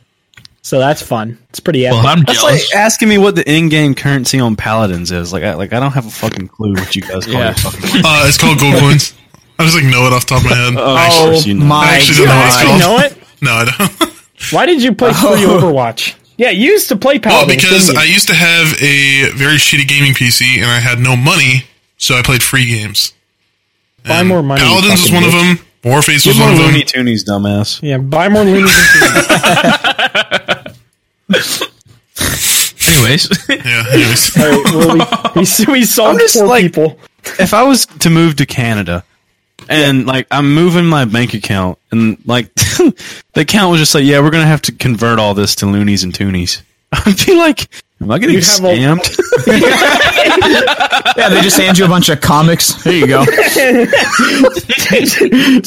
Speaker 2: so that's fun. It's pretty epic.
Speaker 3: Well, I'm
Speaker 1: That's
Speaker 3: jealous.
Speaker 1: like asking me what the in-game currency on Paladins is. Like, I, like I don't have a fucking clue what you guys call
Speaker 4: Yeah.
Speaker 1: your fucking.
Speaker 5: Uh, it's called gold coins. I just like know it off the top of my head.
Speaker 2: Oh.
Speaker 1: of
Speaker 5: I
Speaker 1: course
Speaker 5: actually,
Speaker 1: you know.
Speaker 5: I
Speaker 4: My
Speaker 5: actually
Speaker 2: you
Speaker 5: don't know what it's
Speaker 2: actually know
Speaker 5: called.
Speaker 2: it?
Speaker 5: No, I don't.
Speaker 2: Why did you play free Overwatch? Yeah, you used to play
Speaker 5: well,
Speaker 2: Paladins.
Speaker 5: because
Speaker 2: didn't
Speaker 5: I
Speaker 2: Oh, you?
Speaker 5: used to have a very shitty gaming PC and I had no money, so I played free games.
Speaker 2: buy more money. you
Speaker 5: Paladins was
Speaker 2: fucking
Speaker 5: one of
Speaker 2: bitch.
Speaker 5: them. Warface was
Speaker 1: It's more
Speaker 5: one of them.
Speaker 1: Looney Toonies, dumbass.
Speaker 2: Yeah, buy more loonies. and Toonies.
Speaker 3: Anyways,
Speaker 5: Yeah. Anyways.
Speaker 2: All right, well, we, we, we solved
Speaker 1: I'm just
Speaker 2: four
Speaker 1: like-
Speaker 2: people.
Speaker 1: if I was to move to Canada and like I'm moving my bank account and like the account was just like, yeah, we're gonna have to convert all this to loonies and toonies. I'd be like, am I getting
Speaker 2: You'd have a-
Speaker 1: scammed?
Speaker 4: Yeah, they just hand you a bunch of comics. Here you go.
Speaker 2: Just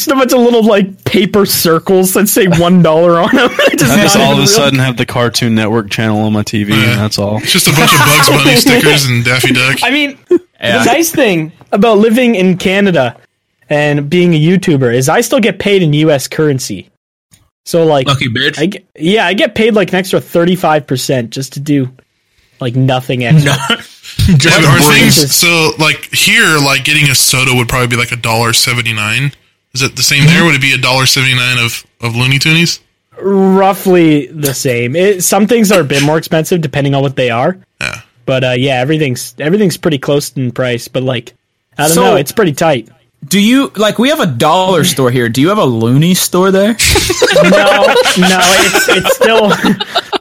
Speaker 2: a bunch of little like paper circles that say one dollar on them. Just
Speaker 1: I just
Speaker 2: not
Speaker 1: all of a
Speaker 2: even real.
Speaker 1: sudden have the Cartoon Network channel on my TV, and that's all.
Speaker 5: It's just a bunch of Bugs Bunny stickers and Daffy Duck.
Speaker 2: I mean,
Speaker 4: Yeah.
Speaker 2: the nice thing about living in Canada and being a YouTuber is I still get paid in U.S. currency. So like,
Speaker 3: lucky bitch.
Speaker 2: I get, yeah, I get paid like an extra thirty five percent just to do like nothing extra.
Speaker 5: Yeah,
Speaker 3: Just
Speaker 5: but are
Speaker 3: boring.
Speaker 5: things so like here? Like getting a soda would probably be like a dollar seventy nine. Is it the same there? Would it be a dollar seventy nine of of Looney Toonies?
Speaker 2: Roughly the same. It, some things are a bit more expensive depending on what they are.
Speaker 5: Yeah.
Speaker 2: But uh, yeah, everything's everything's pretty close in price. But like, I don't
Speaker 4: So-
Speaker 2: know, it's pretty tight.
Speaker 4: Do you like? We have a dollar store here. Do you have a loony store there?
Speaker 2: No, no, it's it's still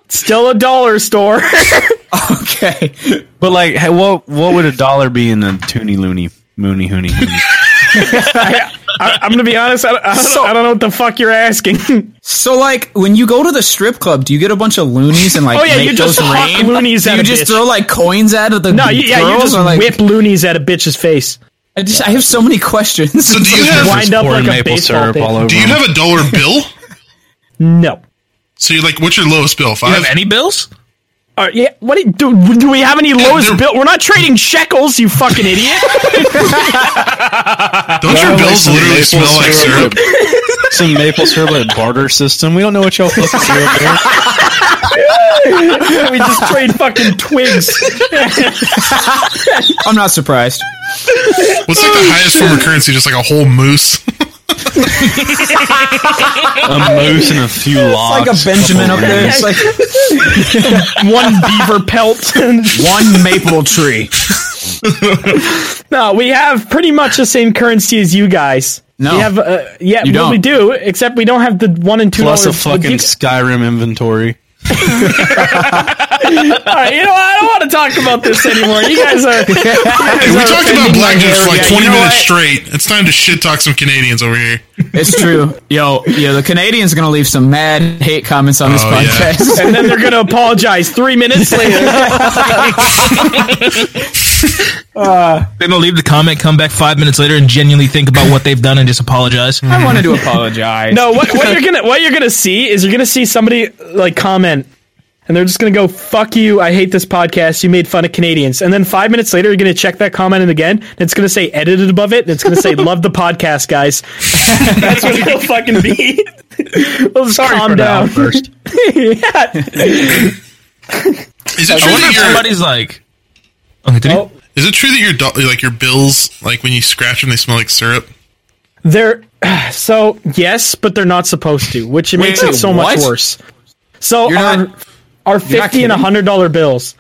Speaker 2: it's still a dollar store.
Speaker 4: Okay.
Speaker 1: But like, hey, what what would a dollar be in a Toonie Looney Mooney Hooney? Hooney?
Speaker 2: I, I'm gonna be honest. I, don't- I, don't,
Speaker 4: So-
Speaker 2: I don't know what the fuck you're asking.
Speaker 4: So like, when you go to the strip club, do you get a bunch of loonies and like
Speaker 2: Oh, yeah,
Speaker 4: make
Speaker 2: you just
Speaker 4: those
Speaker 2: huck
Speaker 4: rain?
Speaker 2: loonies
Speaker 4: do
Speaker 2: at
Speaker 4: you
Speaker 2: a
Speaker 4: just
Speaker 2: bitch.
Speaker 4: throw like coins out of the
Speaker 2: No, you, yeah, you
Speaker 4: girls,
Speaker 2: just
Speaker 4: or, like,
Speaker 2: whip loonies at a bitch's face.
Speaker 4: I just I have so many questions.
Speaker 5: So do you have
Speaker 2: Wind up
Speaker 1: Pouring
Speaker 2: like a
Speaker 1: maple
Speaker 2: baseball
Speaker 1: syrup all
Speaker 2: pit.
Speaker 1: over.
Speaker 5: do you
Speaker 1: them.
Speaker 5: have a dollar bill?
Speaker 2: No.
Speaker 5: So you're like, what's your lowest bill?
Speaker 3: you
Speaker 5: Five.
Speaker 3: have any bills?
Speaker 2: All right, Uh, yeah, what do, do, do we have any lowest
Speaker 5: they're-
Speaker 2: bill? We're not trading shekels, you fucking idiot.
Speaker 5: Don't your bills literally
Speaker 1: Some
Speaker 5: smell like syrup?
Speaker 1: at- Some maple syrup at barter system. We don't know what y'all fucking do up there.
Speaker 2: we just trade fucking twigs.
Speaker 4: I'm not surprised.
Speaker 5: What's like the highest form of currency? Just like a whole moose.
Speaker 1: A moose and a few
Speaker 4: Like
Speaker 1: logs.
Speaker 4: a Benjamin up
Speaker 1: couple
Speaker 4: there. It's like
Speaker 2: One beaver pelt.
Speaker 4: one maple tree.
Speaker 2: no, we have pretty much the same currency as you guys.
Speaker 4: No.
Speaker 2: We have, uh, yeah,
Speaker 4: You
Speaker 2: well, we
Speaker 4: don't.
Speaker 2: do, except we don't have the one and two
Speaker 1: plus a
Speaker 2: dollars. But
Speaker 1: fucking
Speaker 2: you-
Speaker 1: Skyrim inventory.
Speaker 2: All right, you know what? I don't want to talk about this anymore. You guys are. you guys
Speaker 5: Hey, we
Speaker 2: are
Speaker 5: talked about
Speaker 2: offending my
Speaker 5: blackjack for like
Speaker 2: area.
Speaker 5: twenty
Speaker 2: You know
Speaker 5: minutes
Speaker 2: what?
Speaker 5: straight. It's time to shit talk some Canadians over here.
Speaker 4: It's true. Yo, yeah, the Canadians are gonna leave some mad hate comments on this
Speaker 5: Oh, yeah.
Speaker 4: podcast.
Speaker 2: And then they're going to apologize three minutes later.
Speaker 3: They're gonna leave the comment, come back five minutes later, and genuinely think about what they've done and just apologize.
Speaker 4: I wanted to apologize.
Speaker 2: No, what, what you're gonna what you're gonna see is you're gonna see somebody like comment, and they're just gonna go "fuck you." I hate this podcast. You made fun of Canadians, and then five minutes later, you're gonna check that comment and again, and it's gonna say edited above it, and it's gonna say "love the podcast, guys." That's what it'll fucking be. Well, just calm down.
Speaker 3: First,
Speaker 2: yeah.
Speaker 5: Is it
Speaker 3: I
Speaker 5: true
Speaker 3: wonder
Speaker 5: that
Speaker 3: if
Speaker 5: your
Speaker 3: somebody's like, okay, did
Speaker 2: Oh.
Speaker 3: he?
Speaker 5: is it true that your do- like your bills like when you scratch them they smell like syrup?
Speaker 2: They're so yes, but they're not supposed to, which it makes it so much
Speaker 4: what?
Speaker 2: worse. So
Speaker 4: You're
Speaker 2: our
Speaker 4: not-
Speaker 2: our fifty and
Speaker 4: kidding.
Speaker 2: hundred dollar bills,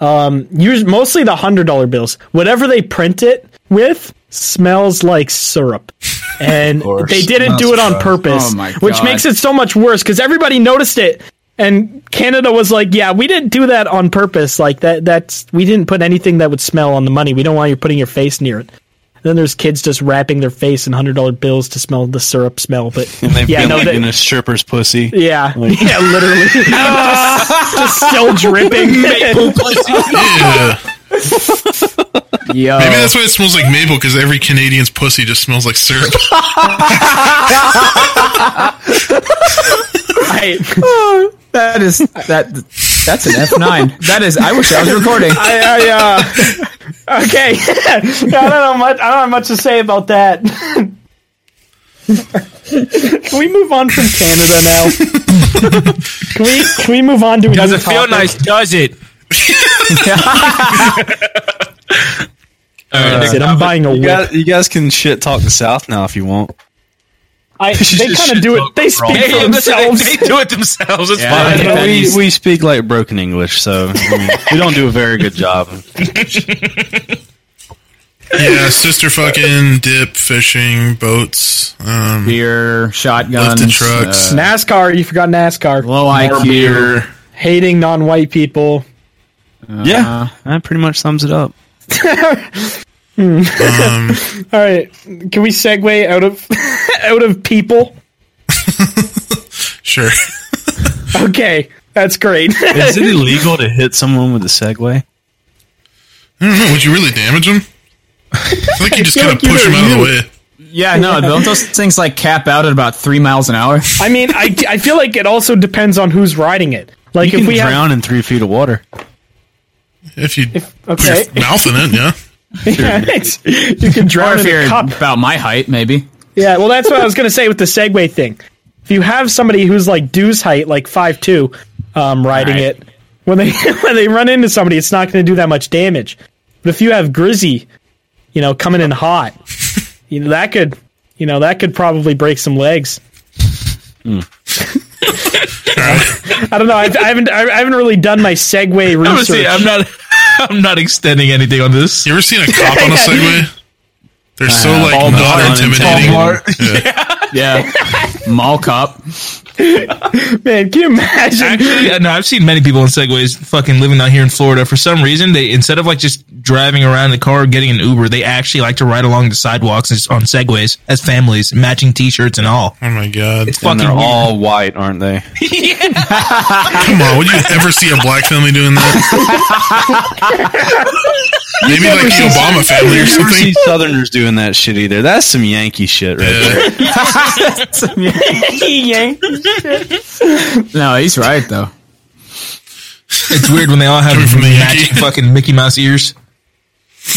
Speaker 2: um, us mostly the hundred dollar bills, whatever they print it with smells like syrup, and
Speaker 1: course.
Speaker 2: they didn't do it on purpose,
Speaker 4: Oh my
Speaker 2: which
Speaker 4: God.
Speaker 2: makes it so much worse because everybody noticed it. And Canada was like, "Yeah, we didn't do that on purpose. Like that, that's we didn't put anything that would smell on the money. We don't want you putting your face near it." then there's kids just wrapping their face in hundred dollar bills to smell the syrup smell. But
Speaker 1: They've
Speaker 2: yeah,
Speaker 1: been
Speaker 2: no,
Speaker 1: like
Speaker 2: that-
Speaker 1: in a stripper's pussy.
Speaker 2: yeah, yeah, literally, just, just still dripping.
Speaker 5: Yeah.
Speaker 4: Yo.
Speaker 5: Maybe that's why it smells like maple because every Canadian's pussy just smells like syrup.
Speaker 2: I,
Speaker 4: Oh, that is that. That's an F nine. That is. I wish I was recording.
Speaker 2: I, I uh, okay. I don't know much. I don't have much to say about that. Can we move on from Canada now? can we? Can we move on to? a
Speaker 3: Does
Speaker 2: new
Speaker 3: it feel
Speaker 2: topic?
Speaker 3: nice? Does it? All right, next
Speaker 2: Shit, I'm
Speaker 3: topic.
Speaker 2: buying a
Speaker 1: You
Speaker 2: whip.
Speaker 1: guys, you guys can shit talk the South now if you want.
Speaker 2: I, they kind of do it. They speak
Speaker 3: Hey,
Speaker 2: for
Speaker 3: listen, they-
Speaker 2: themselves.
Speaker 3: They, do it themselves. It's
Speaker 4: Yeah.
Speaker 3: fine.
Speaker 4: Yeah.
Speaker 1: Uh, But
Speaker 4: that
Speaker 1: we,
Speaker 4: is-
Speaker 1: we speak like broken English, so I mean, we don't do a very good job.
Speaker 5: Yeah, sister fucking dip fishing boats. Um,
Speaker 4: Beer, shotguns,
Speaker 5: Lifted trucks.
Speaker 4: uh,
Speaker 2: NASCAR. You forgot NASCAR.
Speaker 4: low IQ.
Speaker 5: beer.
Speaker 2: Hating non-white people.
Speaker 1: yeah, that pretty much sums it up.
Speaker 5: Um,
Speaker 2: All right. Can we segue out of out of people?
Speaker 5: sure.
Speaker 2: Okay, that's great.
Speaker 1: Is it illegal to hit someone with a Segway?
Speaker 5: I don't know. Would you really damage them? I think you just
Speaker 2: feel
Speaker 5: kind
Speaker 2: like
Speaker 5: of
Speaker 2: you
Speaker 5: push them
Speaker 2: don't
Speaker 5: out of the
Speaker 2: know.
Speaker 5: way.
Speaker 4: Yeah, no, don't those things like cap out at about three miles an hour?
Speaker 2: I mean, I, I feel like it also depends on who's riding it. Like
Speaker 1: You
Speaker 2: if
Speaker 1: can
Speaker 2: we have
Speaker 1: drown in three feet of water.
Speaker 5: If you
Speaker 2: okay,
Speaker 5: mouth in it, yeah.
Speaker 2: yeah, it's- you can
Speaker 4: Or
Speaker 2: drown
Speaker 4: if
Speaker 2: in
Speaker 4: you're
Speaker 2: a cup.
Speaker 4: about my height, maybe.
Speaker 2: Yeah, well, that's what I was gonna say with the Segway thing. If you have somebody who's like Dew's height, like five two, um, riding
Speaker 4: Right.
Speaker 2: it, when they when they run into somebody, it's not gonna do that much damage. But if you have Grizzy, you know, coming in hot, you know that could you know that could probably break some legs.
Speaker 5: All right.
Speaker 2: I don't know. I, I haven't I haven't really done my Segway research.
Speaker 3: Honestly, I'm not. I'm not extending anything on this.
Speaker 5: You ever seen a cop on a Segway? They're so like not intimidating.
Speaker 4: Yeah. Mall cop.
Speaker 2: Man, can you imagine?
Speaker 3: Actually, uh, no, I've seen many people in Segways fucking living out here in Florida. For some reason, they instead of like just driving around in the car or getting an Uber, they actually like to ride along the sidewalks and- on Segways as families, matching T-shirts and all.
Speaker 5: Oh my god!
Speaker 3: It's
Speaker 1: And
Speaker 3: fucking
Speaker 1: they're
Speaker 3: weird.
Speaker 1: all white, aren't they?
Speaker 5: Come on, would you ever see a black family doing that? Maybe like the Obama family or
Speaker 1: You never see
Speaker 5: something.
Speaker 1: Southerners doing that shit either. That's some Yankee shit, right? there.
Speaker 5: Yeah.
Speaker 4: No, he's right though.
Speaker 3: It's weird when they all have
Speaker 5: Coming from the Yankee.
Speaker 3: matching fucking Mickey Mouse ears.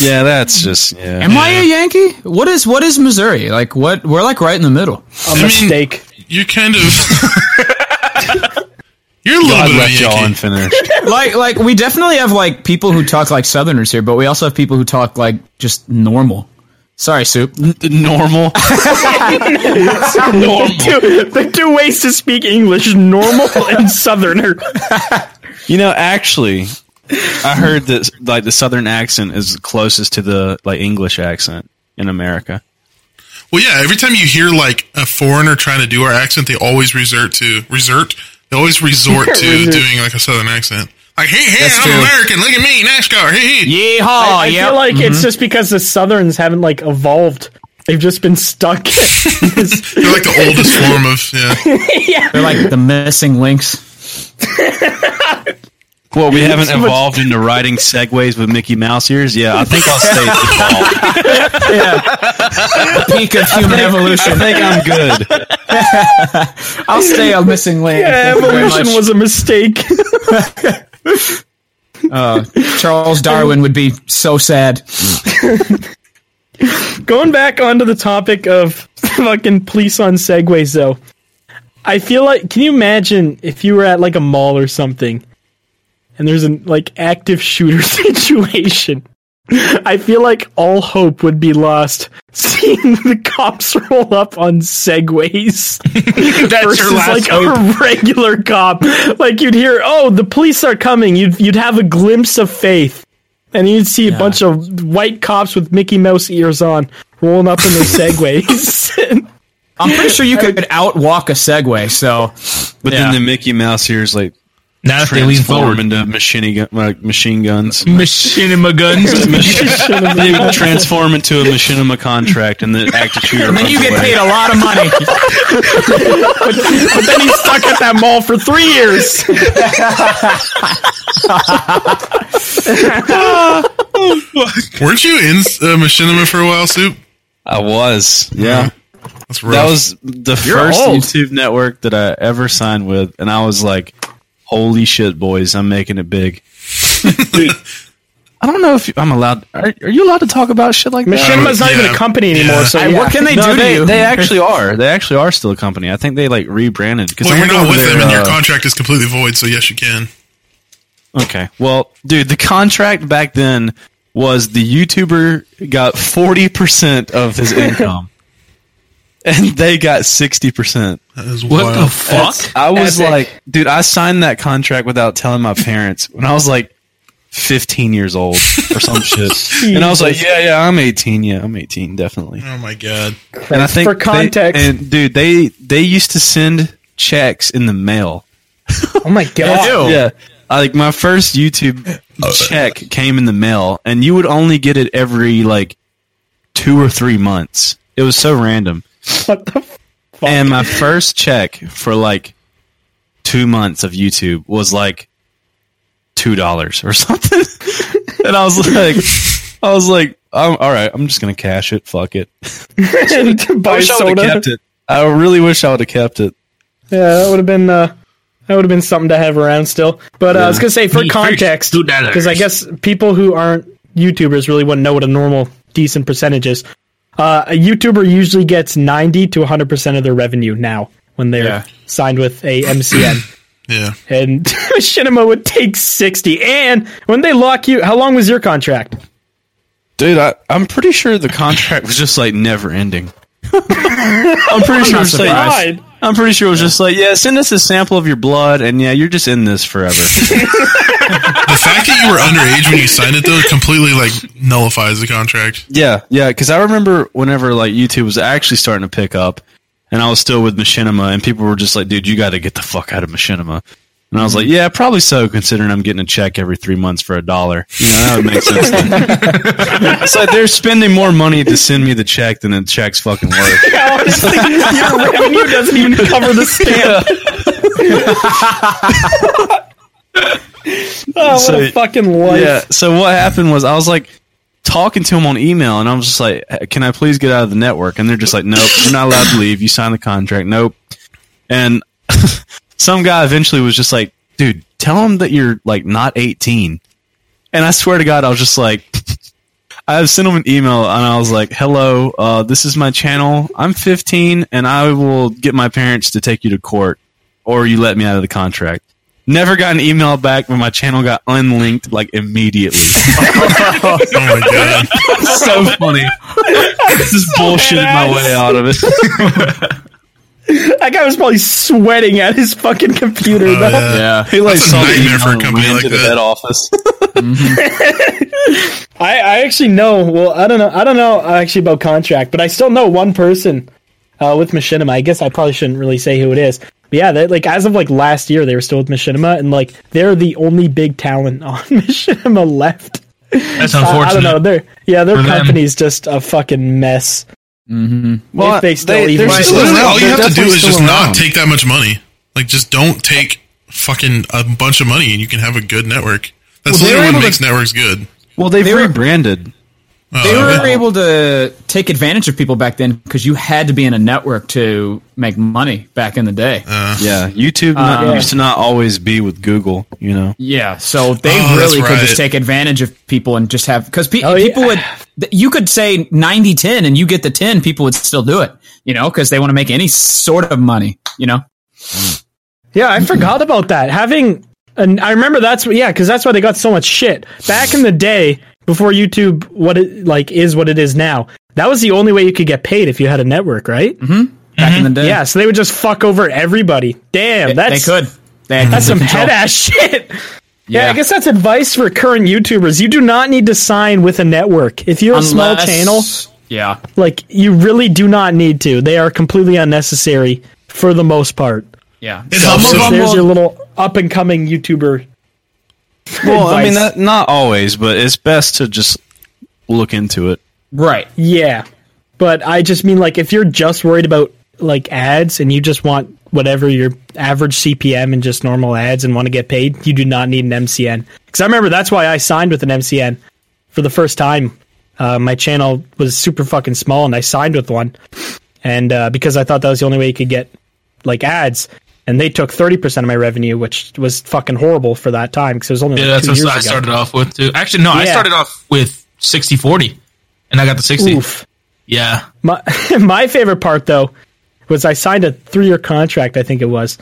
Speaker 1: Yeah, that's just yeah.
Speaker 4: Am I a Yankee? What is what is Missouri? Like what we're like right in the middle.
Speaker 2: a mistake.
Speaker 5: You're kind of. You're a little
Speaker 1: I
Speaker 5: bit
Speaker 1: left
Speaker 5: of a
Speaker 1: y'all
Speaker 5: Yankee.
Speaker 1: unfinished.
Speaker 4: Like like we definitely have like people who talk like southerners here, but we also have people who talk like just normal. Sorry, soup.
Speaker 1: Normal.
Speaker 2: Two- the two ways to speak English: normal and southerner.
Speaker 4: Oh,
Speaker 1: You know, actually, I heard that like the Southern accent is closest to the like English accent in America.
Speaker 5: Well, yeah. Every time you hear like a foreigner trying to do our accent, they always resort to resort. They always resort to
Speaker 2: Resort.
Speaker 5: doing like a southern accent. Like, hey, hey,
Speaker 4: That's
Speaker 5: I'm
Speaker 4: true.
Speaker 5: American. Look at me, NASCAR. Hey, hey.
Speaker 4: Yeehaw!
Speaker 2: I
Speaker 4: yeah. Mm-hmm.
Speaker 2: feel like it's just because the Southerns haven't like evolved; they've just been stuck.
Speaker 5: They're like the oldest form of yeah.
Speaker 4: They're like the missing links.
Speaker 1: Well, we haven't evolved into riding segways with Mickey Mouse ears. Yeah, I think I'll stay default.
Speaker 4: Peak of human
Speaker 1: I
Speaker 4: evolution.
Speaker 1: think I'm good.
Speaker 4: I'll stay a missing link. Thank you very
Speaker 2: Evolution
Speaker 4: much.
Speaker 2: was a mistake.
Speaker 4: Charles Darwin would be so sad.
Speaker 2: Going back onto the topic of fucking police on segways, though, I feel like can you imagine if you were at like a mall or something, and there's an like active shooter situation? I feel like all hope would be lost seeing the cops roll up on segways
Speaker 3: That's
Speaker 2: versus like a regular cop. Like you'd hear, "Oh, the police are coming." You'd you'd have a glimpse of faith, and you'd see a bunch of white cops with Mickey Mouse ears on rolling up in their segways.
Speaker 4: I'm pretty sure you could outwalk a Segway. So
Speaker 1: But
Speaker 4: Yeah.
Speaker 1: then the Mickey Mouse ears like
Speaker 3: Now if they lean
Speaker 1: transform
Speaker 3: forward,
Speaker 1: into machine gun, like machine guns.
Speaker 3: machinima guns.
Speaker 1: they would transform into a machinima contract, and the active shooter.
Speaker 4: then you
Speaker 1: runs
Speaker 4: get
Speaker 1: away.
Speaker 4: paid a lot of money.
Speaker 2: but then he's stuck at that mall for three years.
Speaker 5: Weren't you in uh, machinima for a while, Soup?
Speaker 1: I was. Yeah.
Speaker 5: That's rough.
Speaker 1: That was the
Speaker 4: You're
Speaker 1: first
Speaker 4: old.
Speaker 1: YouTube network that I ever signed with, and I was like, "Holy shit, boys! I'm making it big."
Speaker 2: Dude,
Speaker 1: I don't know if you- I'm allowed. Are, are you allowed to talk about shit like that?
Speaker 2: Machinima's not even
Speaker 5: Yeah.
Speaker 2: a company anymore.
Speaker 5: Yeah.
Speaker 2: So
Speaker 4: Hey,
Speaker 2: yeah.
Speaker 4: What can they
Speaker 1: No,
Speaker 4: do
Speaker 1: they,
Speaker 4: to you?
Speaker 1: they actually are. They actually are still a company. I think they like rebranded because
Speaker 5: well, you're not with them, and your contract is completely void. So yes, you can.
Speaker 1: uh, Okay. Well, dude, the contract back then was the YouTuber got 40% of his income. and they got 60%.
Speaker 5: That is
Speaker 3: What
Speaker 5: wild.
Speaker 3: the fuck?
Speaker 1: I was
Speaker 2: Epic.
Speaker 1: like, dude, I signed that contract without telling my parents when I was like 15 years old or some shit. And I was like, yeah, yeah, I'm 18. Yeah, I'm 18, definitely.
Speaker 5: oh my god.
Speaker 1: And I think
Speaker 2: Mm-hmm. for
Speaker 1: they-
Speaker 2: context,
Speaker 1: and dude, they they used to send checks in the mail.
Speaker 2: oh my god,
Speaker 1: Yeah. I, like my first YouTube check came in the mail, and you would only get it every like two or three months. It was so random.
Speaker 2: what the fuck?
Speaker 1: And my first check for like two months of YouTube was like two dollars or something. and I was like, I was like, I'm, all right, I'm just gonna cash it. Fuck it.
Speaker 2: to buy
Speaker 1: would've
Speaker 2: soda.
Speaker 1: kept it. I really wish I would have kept it.
Speaker 2: Yeah, that would have been uh, that would have been something to have around still. But uh, I was gonna say for
Speaker 3: Me first,
Speaker 2: context,
Speaker 3: two dollars.
Speaker 2: because I guess people who aren't YouTubers really wouldn't know what a normal decent percentage is. Uh, a YouTuber usually gets ninety to one hundred percent of their revenue now when they're
Speaker 4: Yeah.
Speaker 2: signed with a MCN,
Speaker 5: Yeah.
Speaker 2: and Shinima would take sixty. And when they lock you, how long was your contract?
Speaker 1: Dude, I, I'm pretty sure the contract was just like never ending. I'm pretty sure it's like,
Speaker 2: God.
Speaker 1: I'm pretty sure it was just like, yeah, send us a sample of your blood, and yeah, you're just in this forever.
Speaker 5: The fact that you were underage when you signed it though completely like nullifies the contract.
Speaker 1: yeah, yeah, because I remember whenever like YouTube was actually starting to pick up, and I was still with Machinima, and people were just like, dude, you got to get the fuck out of Machinima. And I was like, yeah, probably so, considering I'm getting a check every three months for a dollar. You know, that would make sense. then. it's like they're spending more money to send me the check than the check's fucking worth.
Speaker 2: Honestly, your revenue doesn't even cover the stamp. oh, what
Speaker 1: So-
Speaker 2: a fucking life!
Speaker 1: Yeah. So what happened was I was like talking to him on email, and I was just like, "Can I please get out of the network?" And they're just like, "Nope, you're not allowed to leave. You signed the contract. Nope." And some guy eventually was just like, "Dude, tell him that you're like not 18." And I swear to God, I was just like. I sent him an email and I was like, "Hello, uh, this is my channel. I'm 15, and I will get my parents to take you to court, or you let me out of the contract." Never got an email back when my channel got unlinked like immediately.
Speaker 5: Oh my god.
Speaker 1: so funny. This is bullshitting my way out of it.
Speaker 2: That guy was probably sweating at his fucking computer.
Speaker 1: Oh,
Speaker 2: though.
Speaker 5: yeah.
Speaker 4: Yeah.
Speaker 1: He like
Speaker 5: That's a
Speaker 1: saw the
Speaker 5: nightmare
Speaker 1: email
Speaker 5: for a
Speaker 1: and
Speaker 5: company
Speaker 1: ran
Speaker 5: like
Speaker 1: to the
Speaker 5: that.
Speaker 1: head office.
Speaker 2: I, I actually know. Well, I don't know. I don't know actually about contract, but I still know one person uh, with Machinima. I guess I probably shouldn't really say who it is. But yeah, they, like as of like last year, they were still with Machinima, and like they're the only big talent on Machinima left.
Speaker 3: That's
Speaker 2: I- I,
Speaker 3: unfortunate.
Speaker 2: don't know. They're yeah, their
Speaker 3: For them.
Speaker 2: company's just a fucking mess.
Speaker 4: Mm-hmm.
Speaker 1: Well,
Speaker 2: If they still even-
Speaker 1: they're
Speaker 2: Right,
Speaker 1: still
Speaker 5: Literally,
Speaker 1: around.
Speaker 5: all you
Speaker 1: They're
Speaker 5: have to do
Speaker 1: definitely
Speaker 5: is
Speaker 1: still
Speaker 5: just
Speaker 1: around.
Speaker 5: not take that much money. Like, just don't take fucking a bunch of money, and you can have a good network. That's
Speaker 1: Well, they were
Speaker 5: literally
Speaker 1: able
Speaker 5: what
Speaker 1: to-
Speaker 5: makes networks good.
Speaker 1: Well, they've
Speaker 4: They were-
Speaker 1: rebranded.
Speaker 5: Oh,
Speaker 4: They were
Speaker 5: okay.
Speaker 4: able to take advantage of people back then because you had to be in a network to make money back in the day.
Speaker 1: Yeah, YouTube not, used to not always be with Google. You know.
Speaker 4: Yeah, so they
Speaker 5: Oh, that's
Speaker 4: really could
Speaker 5: right.
Speaker 4: just take advantage of people and just have because pe-
Speaker 2: Oh, yeah.
Speaker 4: people would th- you could say 90 10 and you get the 10 people would still do it you know because they want to make any sort of money you know
Speaker 2: Yeah, I forgot about that. Having and I remember that's what yeah, because that's why they got so much shit back in the day before YouTube. What it like is what it is now. That was the only way you could get paid if you had a network, right?
Speaker 4: Mm-hmm. back in the day
Speaker 2: Mm-hmm. Yeah, so they would just fuck over everybody. Damn,
Speaker 4: they
Speaker 2: that's
Speaker 4: could they had
Speaker 2: that's some
Speaker 4: control.
Speaker 2: head ass shit. Yeah.
Speaker 4: Yeah.
Speaker 2: I guess that's advice for current YouTubers. You do not need to sign with a network. If you're a small
Speaker 4: Unless-
Speaker 2: channel,
Speaker 4: yeah
Speaker 2: like you really do not need to. They are completely unnecessary for the most part.
Speaker 4: yeah
Speaker 5: It
Speaker 2: So
Speaker 5: helps. if-
Speaker 2: there's your little up and coming YouTuber.
Speaker 1: Well, I mean,
Speaker 2: advice.
Speaker 1: that, not always, but it's best to just look into it.
Speaker 4: right
Speaker 2: Yeah. But I just mean like if you're just worried about like ads and you just want whatever your average CPM and just normal ads and want to get paid, you do not need an MCN. Cuz I remember that's why I signed with an MCN for the first time. Uh, my channel was super fucking small and I signed with one. and uh, because I thought that was the only way you could get like ads, and they took thirty percent of my revenue, which was fucking horrible for that time because it was only like,
Speaker 3: Yeah, that's
Speaker 2: two
Speaker 3: what
Speaker 2: years
Speaker 3: I
Speaker 2: ago.
Speaker 3: started off with too. Actually, no, I
Speaker 2: Yeah.
Speaker 3: started off with 60 40 and I got the 60.
Speaker 2: Oof.
Speaker 3: Yeah.
Speaker 2: My my favorite part though was I signed a three year contract. I think it was.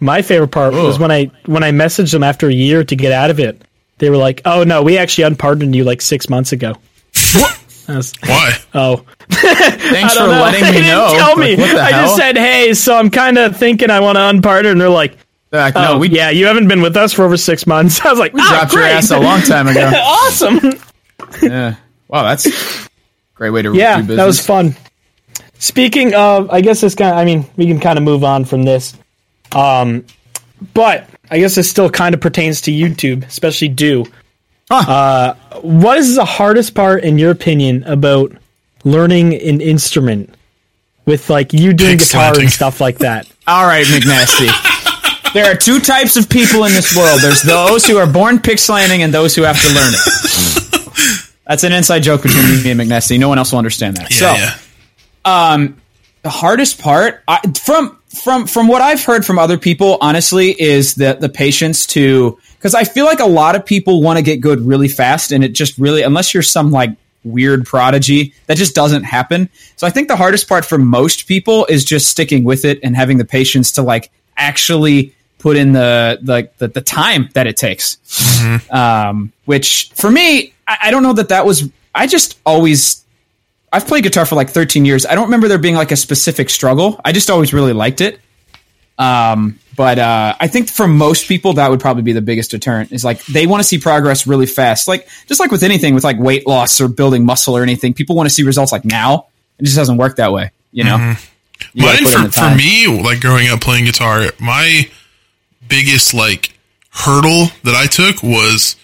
Speaker 2: My favorite part was when I when I messaged them after a year to get out of it. They were like, "Oh no, we actually unpardoned you like six months ago." I was-
Speaker 5: Why?
Speaker 2: oh,
Speaker 4: Thanks
Speaker 2: I
Speaker 4: for
Speaker 2: don't know.
Speaker 4: letting
Speaker 2: they
Speaker 4: me
Speaker 2: didn't
Speaker 4: know.
Speaker 2: tell me.
Speaker 4: Like, what the
Speaker 2: I
Speaker 4: hell?
Speaker 2: just said, "Hey, so I'm kind of thinking I want to unpardon." And they're like,
Speaker 4: Like,
Speaker 2: "Oh,
Speaker 4: no, we
Speaker 2: yeah, you haven't been with us for over six months." I was like, "Ah,
Speaker 4: dropped your
Speaker 2: great.
Speaker 4: ass a long time ago.
Speaker 2: awesome."
Speaker 4: yeah. Wow, that's a great way to
Speaker 2: Yeah,
Speaker 4: do business.
Speaker 2: that was fun. Speaking of, I guess this kind of, I mean, we can kind of move on from this. Um, but I guess this still kind of pertains to YouTube, especially do. Uh, what is the hardest part, in your opinion, about learning an instrument with like you doing
Speaker 5: Pig
Speaker 2: guitar
Speaker 5: slanting.
Speaker 2: and stuff like that?
Speaker 4: All right, McNasty. there are two types of people in this world. There's those who are born pick slanting and those who have to learn it. That's an inside joke between me and McNasty. No one else will understand that.
Speaker 5: Yeah,
Speaker 4: so
Speaker 5: yeah.
Speaker 4: the hardest part, I, from from from what I've heard from other people, honestly, is the the patience to because I feel like a lot of people want to get good really fast, and it just really unless you're some like weird prodigy that just doesn't happen. So I think the hardest part for most people is just sticking with it and having the patience to like actually put in the like the, the time that it takes um, which for me, I, I don't know that that was. I just always, I've played guitar for like 13 years. I don't remember there being like a specific struggle. I just always really liked it. Um, but uh, I think for most people, that would probably be the biggest deterrent. Is like they want to see progress really fast, like just like with anything, with like weight loss or building muscle or anything. People want to see results like now. It just doesn't work that way, you know. You gotta
Speaker 5: Mine
Speaker 4: put in
Speaker 5: for,
Speaker 4: the
Speaker 5: for
Speaker 4: time.
Speaker 5: me, like growing up playing guitar, my biggest like hurdle that I took was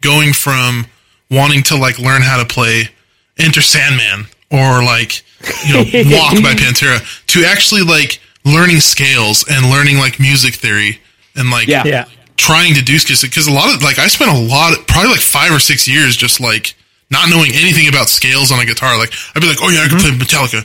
Speaker 5: going from wanting to like learn how to play Enter Sandman or like you know Walk by Pantera to actually like learning scales and learning like music theory and like
Speaker 4: Yeah.
Speaker 2: Yeah.
Speaker 5: trying to do because because a lot of like I spent a lot probably like five or six years just like not knowing anything about scales on a guitar. Like I'd be like, oh yeah, I can play Metallica,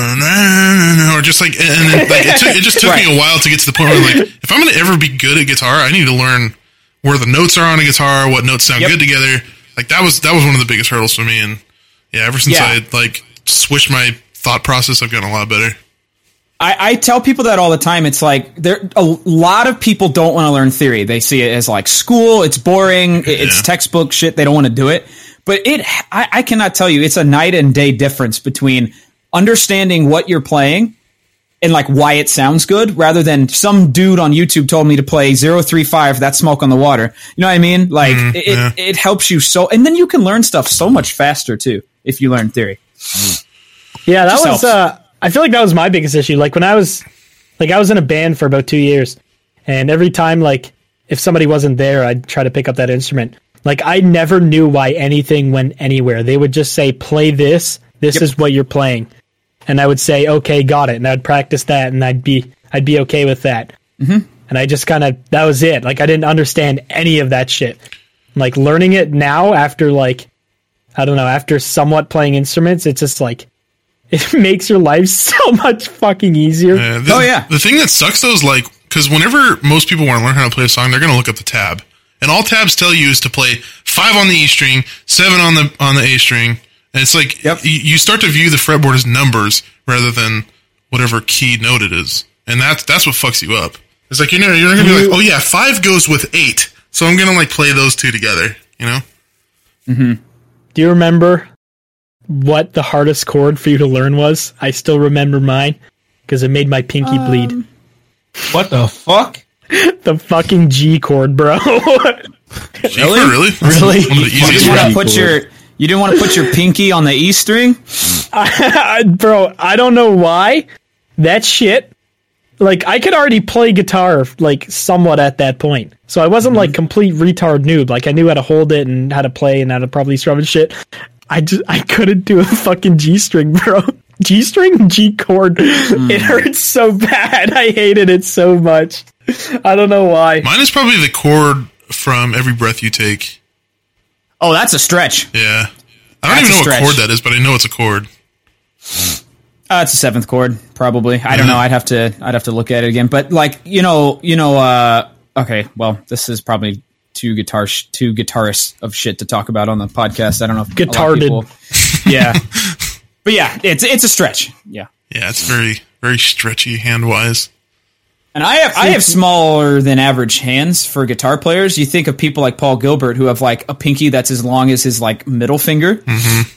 Speaker 5: Dun-dun-dun-dun, or just like and and then, like it, took, it just took me a while to get to the point where like if I'm gonna ever be good at guitar, I need to learn where the notes are on a guitar, what notes sound
Speaker 4: Yep.
Speaker 5: good together. Like that was that was one of the biggest hurdles for me, and yeah, ever since
Speaker 4: Yeah.
Speaker 5: I like switched my thought process, I've gotten a lot better.
Speaker 4: I, I tell people that all the time. It's like there a lot of people don't want to learn theory. They see it as like school. It's boring. it- It's
Speaker 5: Yeah.
Speaker 4: textbook shit. They don't want to do it. But it, I, I cannot tell you. It's a night and day difference between understanding what you're playing and like why it sounds good, rather than some dude on YouTube told me to play 035, That's smoke on the water. You know what I mean? Like it,
Speaker 5: yeah.
Speaker 4: it, it helps you so, and then you can learn stuff so much faster too if you learn theory.
Speaker 2: Yeah, that
Speaker 4: Just
Speaker 2: was.
Speaker 4: helps.
Speaker 2: Uh, I feel like that was my biggest issue. Like when I was, like I was in a band for about two years, and every time, like if somebody wasn't there, I'd try to pick up that instrument. Like I never knew why anything went anywhere. They would just say, "Play this. This is what you're playing," and I would say, "Okay, got it," and I'd practice that, and I'd be, I'd be okay with that. Mm-hmm. And I just kind of that was it. Like I didn't understand any of that shit. Like learning it now after like. I don't know. After somewhat playing instruments, it's just like it makes your life so much fucking easier.
Speaker 5: Yeah, the-
Speaker 4: Oh, yeah.
Speaker 5: The thing that sucks though is like because whenever most people want to learn how to play a song, they're going to look up the tab, and all tabs tell you is to play five on the E string, seven on the on the A string, and it's like
Speaker 4: Yep.
Speaker 5: y- you start to view the fretboard as numbers rather than whatever key note it is, and that's that's what fucks you up. It's like you know you're not going to be like, oh yeah, five goes with eight, so I'm going to like play those two together, you know.
Speaker 2: Do you remember what the hardest chord for you to learn was? I still remember mine because it made my pinky bleed.
Speaker 3: What the fuck?
Speaker 2: The fucking G chord, bro.
Speaker 5: Really? Really? Really? One of the easiest.
Speaker 4: You
Speaker 5: ones.
Speaker 4: want to
Speaker 1: Pretty
Speaker 4: put
Speaker 1: cool.
Speaker 4: your you didn't want to put your pinky on the E string.
Speaker 2: I- bro, I don't know why that shit. Like I could already play guitar like somewhat at that point, so I wasn't like complete retard noob. Like I knew how to hold it and how to play and how to probably strum and shit. I just I couldn't do a fucking G string, bro. G string, G chord. It hurts so bad. I hated it so much. I don't know why.
Speaker 5: Mine is probably the chord from "Every Breath You Take."
Speaker 4: Oh, that's a stretch.
Speaker 5: Yeah. I don't
Speaker 4: That's
Speaker 5: even
Speaker 4: a
Speaker 5: know what
Speaker 4: stretch.
Speaker 5: chord that is, but I know it's a chord.
Speaker 4: Uh, it's a seventh chord, probably. I don't know. I'd have to. I'd have to look at it again. But like you know, you know. Uh, okay, well, this is probably two guitar, sh- two guitarists of shit to talk about on the podcast. I don't know. If a lot of
Speaker 2: Guitarded.
Speaker 4: people- yeah, but yeah, it's it's a stretch. Yeah,
Speaker 5: Yeah, it's very very stretchy hand wise.
Speaker 4: and I have I have smaller than average hands for guitar players. You think of people like Paul Gilbert who have like a pinky that's as long as his like middle finger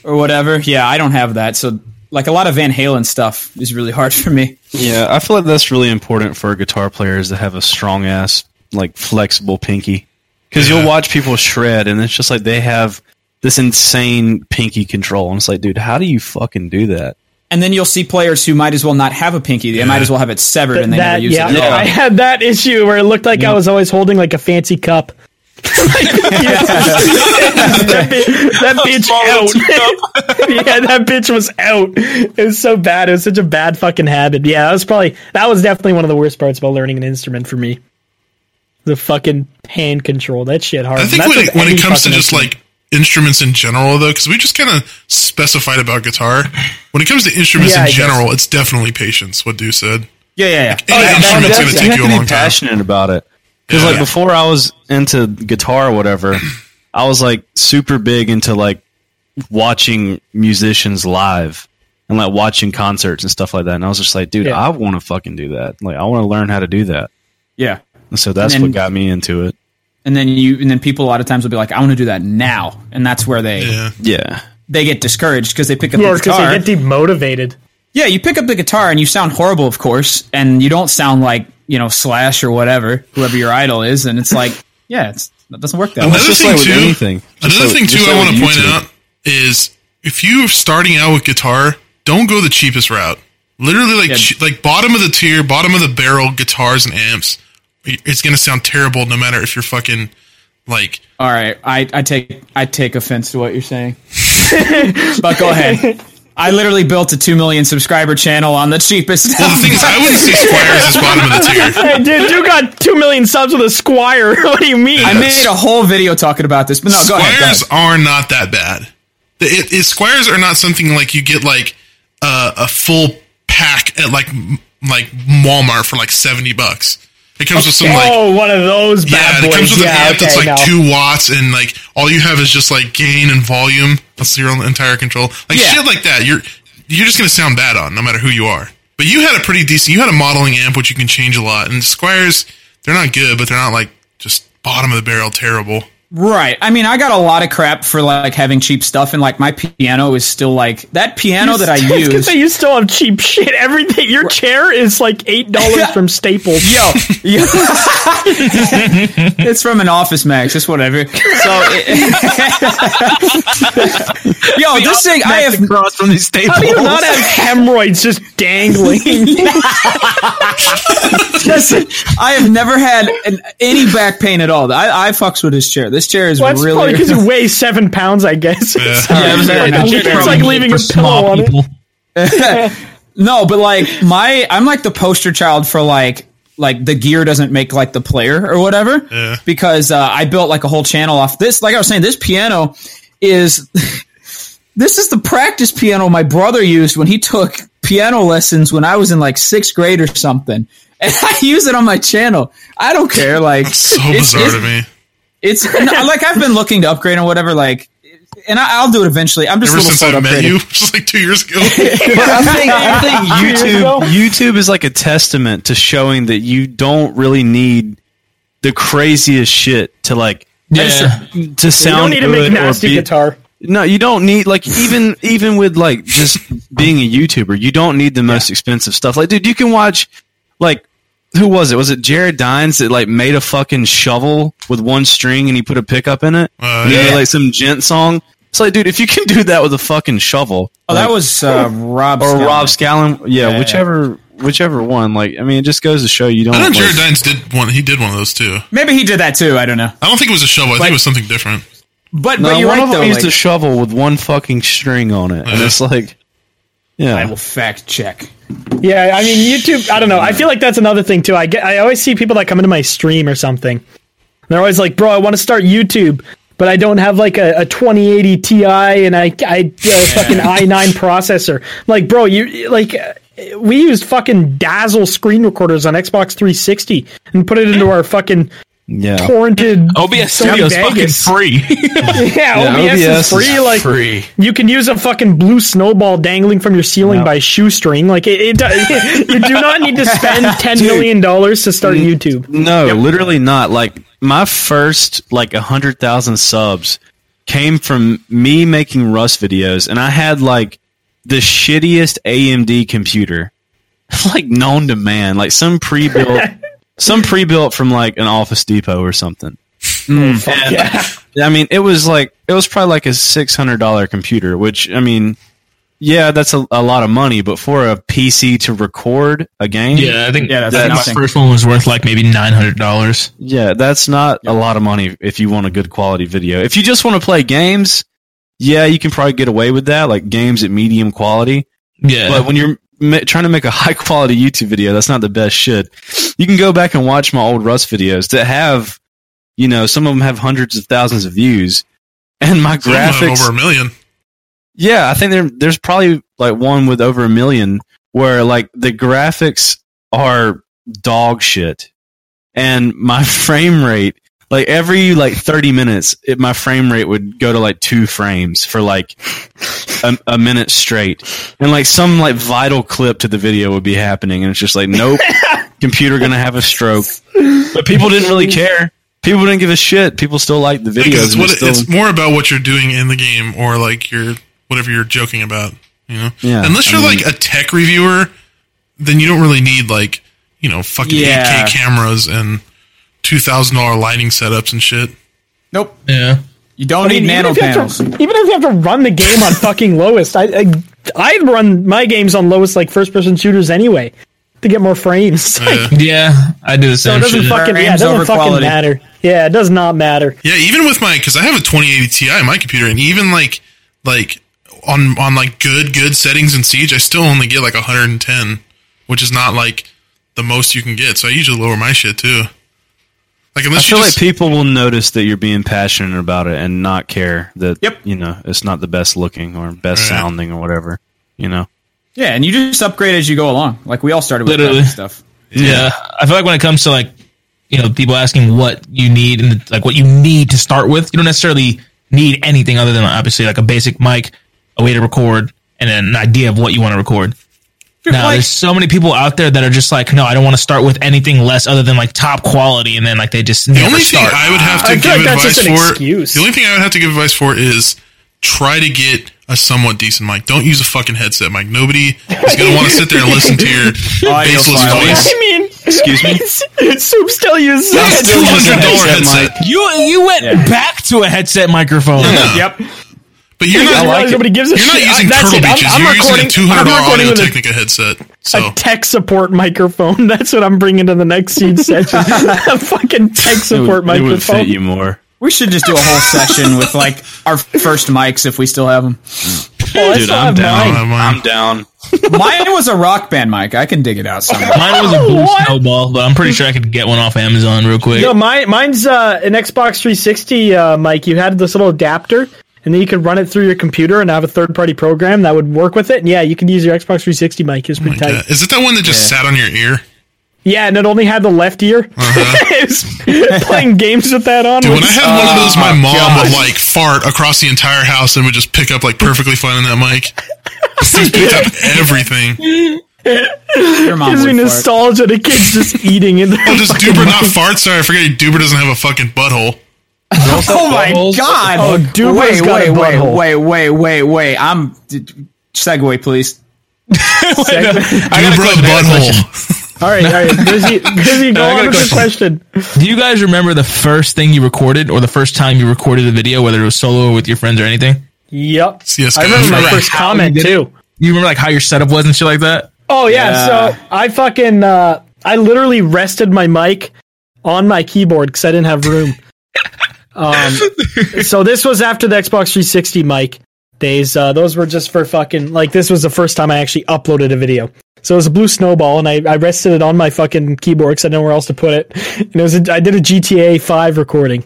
Speaker 4: or whatever. Yeah, I don't have that. So like a lot of Van Halen stuff is really hard for me.
Speaker 1: Yeah, I feel like that's really important for guitar players to have a strong ass, like flexible pinky, because
Speaker 5: Yeah.
Speaker 1: you'll watch people shred, and it's just like they have this insane pinky control. And it's like, dude, how do you fucking do that?
Speaker 4: and then you'll see players who might as well not have a pinky. They might as well have it severed and they
Speaker 2: that
Speaker 4: never use
Speaker 2: yeah,
Speaker 4: it.
Speaker 1: all.
Speaker 2: I had that issue where it looked like I was always holding like a fancy cup. that bitch, that bitch out. yeah, that bitch was out. It was so bad. It was such a bad fucking habit. Yeah, that was probably that was definitely one of the worst parts about learning an instrument for me. The fucking hand control. That shit hard.
Speaker 5: I think
Speaker 2: That's
Speaker 5: when
Speaker 2: with
Speaker 5: it, when it
Speaker 2: any
Speaker 5: comes to
Speaker 2: fucking
Speaker 5: just
Speaker 2: instrument.
Speaker 5: like instruments in general, though, because we just kind of specified about guitar. When it comes to instruments
Speaker 2: Yeah, I
Speaker 5: in
Speaker 2: guess.
Speaker 5: general, it's definitely patience. What Due said.
Speaker 4: Yeah, yeah, Oh, yeah.
Speaker 5: Any
Speaker 2: yeah,
Speaker 5: instrument's
Speaker 2: that's-
Speaker 5: going to take you a
Speaker 1: be
Speaker 5: long time.
Speaker 1: passionate about it. Because
Speaker 5: Yeah.
Speaker 1: like before I was into guitar or whatever, I was like super big into like watching musicians live and like watching concerts and stuff like that. And I was just like, dude,
Speaker 2: Yeah.
Speaker 1: I want to fucking do that. Like I want to learn how to do that.
Speaker 4: Yeah.
Speaker 1: And so that's
Speaker 4: And then-
Speaker 1: what got me into it.
Speaker 4: And then you and then people a lot of times will be like, I want to do that now. And that's where they
Speaker 5: Yeah,
Speaker 1: Yeah.
Speaker 4: they get discouraged because they pick up
Speaker 2: Yeah,
Speaker 4: the
Speaker 2: 'cause they
Speaker 4: guitar.
Speaker 2: get demotivated.
Speaker 4: yeah, you pick up the guitar and you sound horrible, of course, and you don't sound like, you know, Slash or whatever, whoever your idol is, and it's like, yeah, it's that doesn't work that way.
Speaker 5: Another
Speaker 1: just
Speaker 5: thing
Speaker 1: like with
Speaker 5: too-
Speaker 1: anything. Just
Speaker 5: Another
Speaker 1: like-
Speaker 5: thing too,
Speaker 1: just
Speaker 5: I
Speaker 1: like
Speaker 5: want
Speaker 1: with
Speaker 5: to point
Speaker 1: YouTube.
Speaker 5: out is if you're starting out with guitar, don't go the cheapest route. Literally, like ch- like bottom of the tier, bottom of the barrel guitars and amps. It's going to sound terrible no matter if you're fucking like
Speaker 4: All right, I, I take I take offense to what you're saying, but go ahead. I literally built a two million subscriber channel on the cheapest.
Speaker 1: Oh,
Speaker 5: Well, the thing is, I wouldn't say Squires is bottom of the tier.
Speaker 2: Hey, dude, you got two million subs with a squire. what do you mean?
Speaker 4: I made a whole video talking about this, but no, go ahead. Go ahead.
Speaker 5: Squires are not that bad. The- It, it, squires are not something like you get like uh, a full pack at like m- like Walmart for like seventy bucks. It comes with some like
Speaker 2: oh, one of those
Speaker 5: yeah,
Speaker 2: bad
Speaker 5: it
Speaker 2: boys.
Speaker 5: comes with
Speaker 2: yeah,
Speaker 5: an amp
Speaker 2: okay,
Speaker 5: that's like
Speaker 2: no.
Speaker 5: two watts and like all you have is just like gain and volume. That's your own entire control. Like
Speaker 4: Yeah.
Speaker 5: shit like that. You're you're just gonna sound bad on no matter who you are. But you had a pretty decent. You had a modeling amp which you can change a lot. And Squires, they're not good, but they're not like just bottom of the barrel terrible.
Speaker 4: Right. I mean, I got a lot of crap for like having cheap stuff, and like my piano is still like that piano that I
Speaker 2: I was gonna
Speaker 4: use.
Speaker 2: say you still have cheap shit. Everything your chair is like eight dollars from Staples. Yo,
Speaker 4: Yeah. it's from an Office Max. It's whatever. So, it- yo, this thing I have.
Speaker 3: across from these tables.
Speaker 2: how do you not have hemorrhoids just dangling?
Speaker 4: Listen, I have never had an, any back pain at all. I, I fucks with this chair. This chair is
Speaker 2: That's probably
Speaker 4: really.
Speaker 2: because you weigh seven pounds, I guess. It's like-
Speaker 4: Yeah, fair enough.
Speaker 2: it's
Speaker 4: Fair
Speaker 2: like
Speaker 4: enough.
Speaker 2: leaving a pillow on it.
Speaker 4: No, but like my, I'm like the poster child for like like the gear doesn't make like the player or whatever.
Speaker 5: Yeah.
Speaker 4: Because uh, I built like a whole channel off this. Like I was saying, this piano is this is the practice piano my brother used when he took piano lessons when I was in like sixth grade or something. And I use it on my channel. I don't care. Like
Speaker 5: So
Speaker 4: it's-
Speaker 5: bizarre
Speaker 4: it's-
Speaker 5: to me.
Speaker 4: It's no, like I've been looking to upgrade and whatever. Like, and I, I'll do it eventually. I'm just a
Speaker 5: Ever
Speaker 4: little
Speaker 5: since
Speaker 4: slow
Speaker 5: I
Speaker 4: to
Speaker 5: met
Speaker 4: upgrade.
Speaker 5: you, just like two years ago.
Speaker 1: But I think, I
Speaker 2: Years
Speaker 1: think
Speaker 2: ago?
Speaker 1: YouTube YouTube is like a testament to showing that you don't really need the craziest shit to like
Speaker 3: Yeah.
Speaker 1: to
Speaker 2: You don't
Speaker 1: sound
Speaker 2: need to
Speaker 1: good
Speaker 2: make nasty
Speaker 1: or be,
Speaker 2: guitar.
Speaker 1: No, you don't need like even even with like just being a YouTuber, you don't need the most expensive stuff. Like, dude, you can watch like who was it? Was it Jared Dines that like made a fucking shovel with one string and he put a pickup in it?
Speaker 5: Uh,
Speaker 1: And he made,
Speaker 5: yeah.
Speaker 1: like some gent song. It's like, dude, if you can do that with a fucking shovel,
Speaker 4: Oh, that was uh, Rob
Speaker 1: or
Speaker 4: Scallon.
Speaker 1: Rob Scallon, yeah, whichever whichever one. Like, I mean, it just goes to show you don't.
Speaker 5: I know Jared
Speaker 1: like-
Speaker 5: Dines did one. He did one of those too.
Speaker 4: Maybe he did that too. I don't know.
Speaker 5: I don't think it was a shovel. I think
Speaker 4: Like-
Speaker 5: it was something different.
Speaker 4: But
Speaker 1: no,
Speaker 4: but you're
Speaker 1: one
Speaker 4: right
Speaker 1: of them
Speaker 4: though.
Speaker 1: used
Speaker 4: like-
Speaker 1: a shovel with one fucking string on it, and it's like, yeah,
Speaker 4: I will fact check.
Speaker 2: Yeah, I mean YouTube. I don't know. I feel like that's another thing too. I get. I always see people that come into my stream or something. and They're always like, "Bro, I want to start YouTube." but I don't have like a, a 2080 Ti and I, I uh, fucking i9 processor. Like, bro, you like uh, we used fucking Dazzle screen recorders on Xbox 360 and put it into our fucking
Speaker 1: Yeah.
Speaker 2: torrented.
Speaker 3: OBS
Speaker 2: Sony
Speaker 3: Studio is fucking
Speaker 2: Vegas.
Speaker 3: free.
Speaker 1: Yeah,
Speaker 2: Yeah, OBS,
Speaker 1: OBS is
Speaker 2: is free. like
Speaker 6: free.
Speaker 2: you can use a fucking blue snowball dangling from your ceiling by shoestring. Like it, it, do- you do not need to spend ten million dollars to start YouTube.
Speaker 1: No, literally not. Like my first like a hundred thousand subs came from me making Rust videos, and I had like the shittiest AMD computer, like known to man, like some pre-built, some pre-built from like an Office Depot or something. Mm. And, I mean, it was like it was probably like a six hundred dollar computer, which I mean. Yeah, that's a, a lot of money, but for a PC to record a game,
Speaker 3: yeah, I think yeah,
Speaker 4: that's
Speaker 3: my
Speaker 4: nothing.
Speaker 3: first one was worth like maybe nine hundred dollars.
Speaker 1: Yeah, that's not a lot of money if you want a good quality video. If you just want to play games, yeah, you can probably get away with that, like games at medium quality.
Speaker 3: Yeah,
Speaker 1: But when you're ma- trying to make a high quality YouTube video, that's not the best shit. You can go back and watch my old Rust videos that have, you know, some of them have hundreds of thousands of views, and my
Speaker 5: Some of them
Speaker 1: graphics.
Speaker 5: over a million.
Speaker 1: Yeah, I think there, there's probably like one with over a million where like the graphics are dog shit, and my frame rate, like every like 30 minutes, it, my frame rate would go to like two frames for like a, a minute straight, and like some like vital clip to the video would be happening, and it's just like nope, computer gonna have a stroke. But people didn't really care. People didn't give a shit. People still liked the
Speaker 5: Because
Speaker 1: videos.
Speaker 5: it's,
Speaker 1: and
Speaker 5: what,
Speaker 1: it's still-
Speaker 5: it's more about what you're doing in the game or like your whatever you're joking about. You know,
Speaker 1: Yeah,
Speaker 5: unless you're
Speaker 1: I mean-
Speaker 5: like a tech reviewer, then you don't really need like you know fucking
Speaker 4: Yeah.
Speaker 5: 8K cameras and two thousand dollar lighting setups and shit.
Speaker 4: Nope.
Speaker 3: yeah,
Speaker 4: You don't need
Speaker 2: even,
Speaker 4: nano
Speaker 2: if you have
Speaker 4: panels.
Speaker 2: to, even if you have to run the game on fucking lowest, I, I I run my games on lowest like first person shooters anyway to get more frames. Like,
Speaker 3: yeah, I do the
Speaker 2: so it
Speaker 3: same
Speaker 2: doesn't
Speaker 3: shit.
Speaker 2: fucking yeah, it
Speaker 4: Frames over
Speaker 2: doesn't fucking
Speaker 4: quality.
Speaker 2: matter. Yeah, it does not matter.
Speaker 5: Yeah, even with my because I have a 2080 Ti on my computer, and even like like on on like good good settings in Siege, I still only get like 110, which is not like the most you can get. So I usually lower my shit too. Like
Speaker 1: I
Speaker 5: unless
Speaker 1: feel
Speaker 5: you just,
Speaker 1: like people will notice that you're being passionate about it and not care that
Speaker 4: Yep.
Speaker 1: you know it's not the best looking or best
Speaker 5: Right.
Speaker 1: sounding or whatever. You know,
Speaker 4: Yeah, and you just upgrade as you go along. Like we all started with
Speaker 3: Literally.
Speaker 4: that stuff.
Speaker 3: Yeah, I feel like when it comes to like you know people asking what you need and like what you need to start with, you don't necessarily need anything other than obviously like a basic mic, a way to record, and an idea of what you want to record. Now,
Speaker 4: like-
Speaker 3: there's so many people out there that are just like, no, I don't want to start with anything less other than like top quality, and then like they just
Speaker 5: the
Speaker 3: never
Speaker 5: only
Speaker 3: start.
Speaker 5: thing I would have to
Speaker 2: I
Speaker 5: give
Speaker 2: feel like that's
Speaker 5: advice
Speaker 2: just an
Speaker 5: for
Speaker 2: excuse.
Speaker 5: the only thing I would have to give advice for is try to get a somewhat decent mic. Don't use a fucking headset mic. Nobody is gonna want to sit there and listen to your
Speaker 4: Audio
Speaker 5: baseless
Speaker 4: file.
Speaker 5: voice.
Speaker 2: I mean, excuse me. Soup still uses
Speaker 5: That's
Speaker 2: it.
Speaker 5: two hundred dollar headset,
Speaker 3: you you went back to a headset microphone.
Speaker 4: Yep.
Speaker 5: but you're
Speaker 2: I
Speaker 5: not.
Speaker 2: realize nobody gives a
Speaker 5: You're not
Speaker 2: shit. I-
Speaker 5: using
Speaker 2: that's
Speaker 5: Turtle
Speaker 2: it. I'm-
Speaker 5: Beaches.
Speaker 2: I'm
Speaker 5: You're using a
Speaker 2: recording-
Speaker 5: two hundred
Speaker 2: I'm
Speaker 5: dollar
Speaker 2: recording
Speaker 5: Audio
Speaker 2: with a-
Speaker 5: Technica headset. So
Speaker 2: A tech support microphone. That's what I'm bringing to the next seed session. a fucking tech
Speaker 1: it
Speaker 2: support
Speaker 1: would, it would
Speaker 2: microphone.
Speaker 1: fit you more.
Speaker 4: We should just do a whole session with like our first mics if we still have them.
Speaker 2: Well, I
Speaker 1: Dude,
Speaker 2: still
Speaker 1: I'm
Speaker 2: have
Speaker 5: I
Speaker 2: mine.
Speaker 5: don't have mine.
Speaker 1: I'm down.
Speaker 4: Mine was a rock band mic. I can dig it out somewhere.
Speaker 3: Mine was a blue
Speaker 2: What?
Speaker 3: snowball, but I'm pretty sure I could get one off Amazon real quick.
Speaker 2: No, my, mine's uh, an Xbox 360 uh, mic. You had this little adapter, and then you could run it through your computer and have a third party program that would work with it. And yeah, you could use your Xbox 360 mic. It was pretty
Speaker 5: Like
Speaker 2: tight.
Speaker 5: that. Is it that one that just sat on your ear?
Speaker 2: Yeah, and it only had the left ear. It was playing games with that on.
Speaker 5: Dude, when
Speaker 2: was-
Speaker 5: I had one of those, my mom would like fart across the entire house and would just pick up like perfectly fine in that mic. Just picked up everything.
Speaker 4: Your mom
Speaker 2: gives me
Speaker 4: would fart.
Speaker 2: nostalgia. The kids just eating in there.
Speaker 5: Oh, does Duber not fart? Sorry, I forget Duber doesn't have a fucking butthole.
Speaker 4: Oh my god!
Speaker 2: Oh, Duber's
Speaker 4: wait,
Speaker 2: got
Speaker 4: wait,
Speaker 2: a
Speaker 4: wait,
Speaker 2: butthole.
Speaker 4: wait, wait, wait, wait. I'm d- d- segue, please.
Speaker 3: I got a
Speaker 5: Dubra
Speaker 3: question, I got a question.
Speaker 5: butthole.
Speaker 2: All right, all right. Grizzy, Grizzy, go
Speaker 3: I got
Speaker 2: on
Speaker 3: a
Speaker 2: with your question.
Speaker 3: Do you guys remember the first thing you recorded or the first time you recorded a video, whether it was solo or with your friends or anything?
Speaker 2: Yep.
Speaker 5: Yes,
Speaker 2: I remember my
Speaker 5: guys.
Speaker 2: first comment too.
Speaker 3: You remember like how your setup was and shit like that?
Speaker 2: Oh yeah,
Speaker 4: Yeah.
Speaker 2: so I fucking uh, I literally rested my mic on my keyboard because I didn't have room. um, so this was after the Xbox 360 mic days. Uh, those were just for fucking like this was the first time I actually uploaded a video. So it was a blue snowball, and I, I rested it on my fucking keyboard because I had nowhere else to put it. And it was a, I did a GTA 5 recording.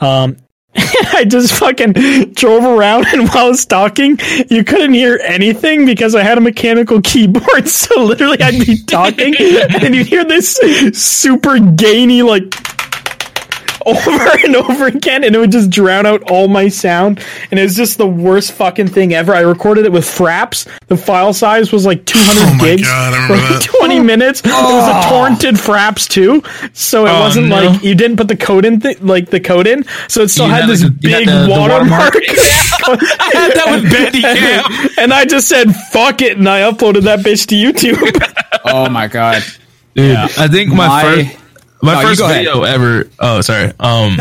Speaker 2: Um, I just fucking drove around, and while I was talking, you couldn't hear anything because I had a mechanical keyboard. So literally, I'd be talking, and you'd hear this super gainy like over and over again, and it would just drown out all my sound. And it was just the worst fucking thing ever. I recorded it with Fraps. The file size was like 200
Speaker 5: Oh my
Speaker 2: gigs
Speaker 5: God, I
Speaker 2: for
Speaker 5: remember
Speaker 2: like
Speaker 5: that.
Speaker 2: 20 minutes. It was a torrented Fraps too, so it
Speaker 3: Oh,
Speaker 2: wasn't
Speaker 3: no.
Speaker 2: like you didn't put the code in, th- like the code in, so it still
Speaker 3: You
Speaker 2: had,
Speaker 3: had,
Speaker 2: this
Speaker 3: like, the- you had
Speaker 2: big
Speaker 3: the- the
Speaker 2: watermark.
Speaker 3: watermark.
Speaker 2: I had that with
Speaker 3: Bandicam.
Speaker 2: and I just said "fuck it" and I uploaded that bitch to YouTube.
Speaker 4: Oh my god.
Speaker 3: Dude, I think my,
Speaker 4: My-
Speaker 3: first my
Speaker 4: No, you
Speaker 3: first
Speaker 4: go ahead.
Speaker 3: video ever. Oh, sorry. Um,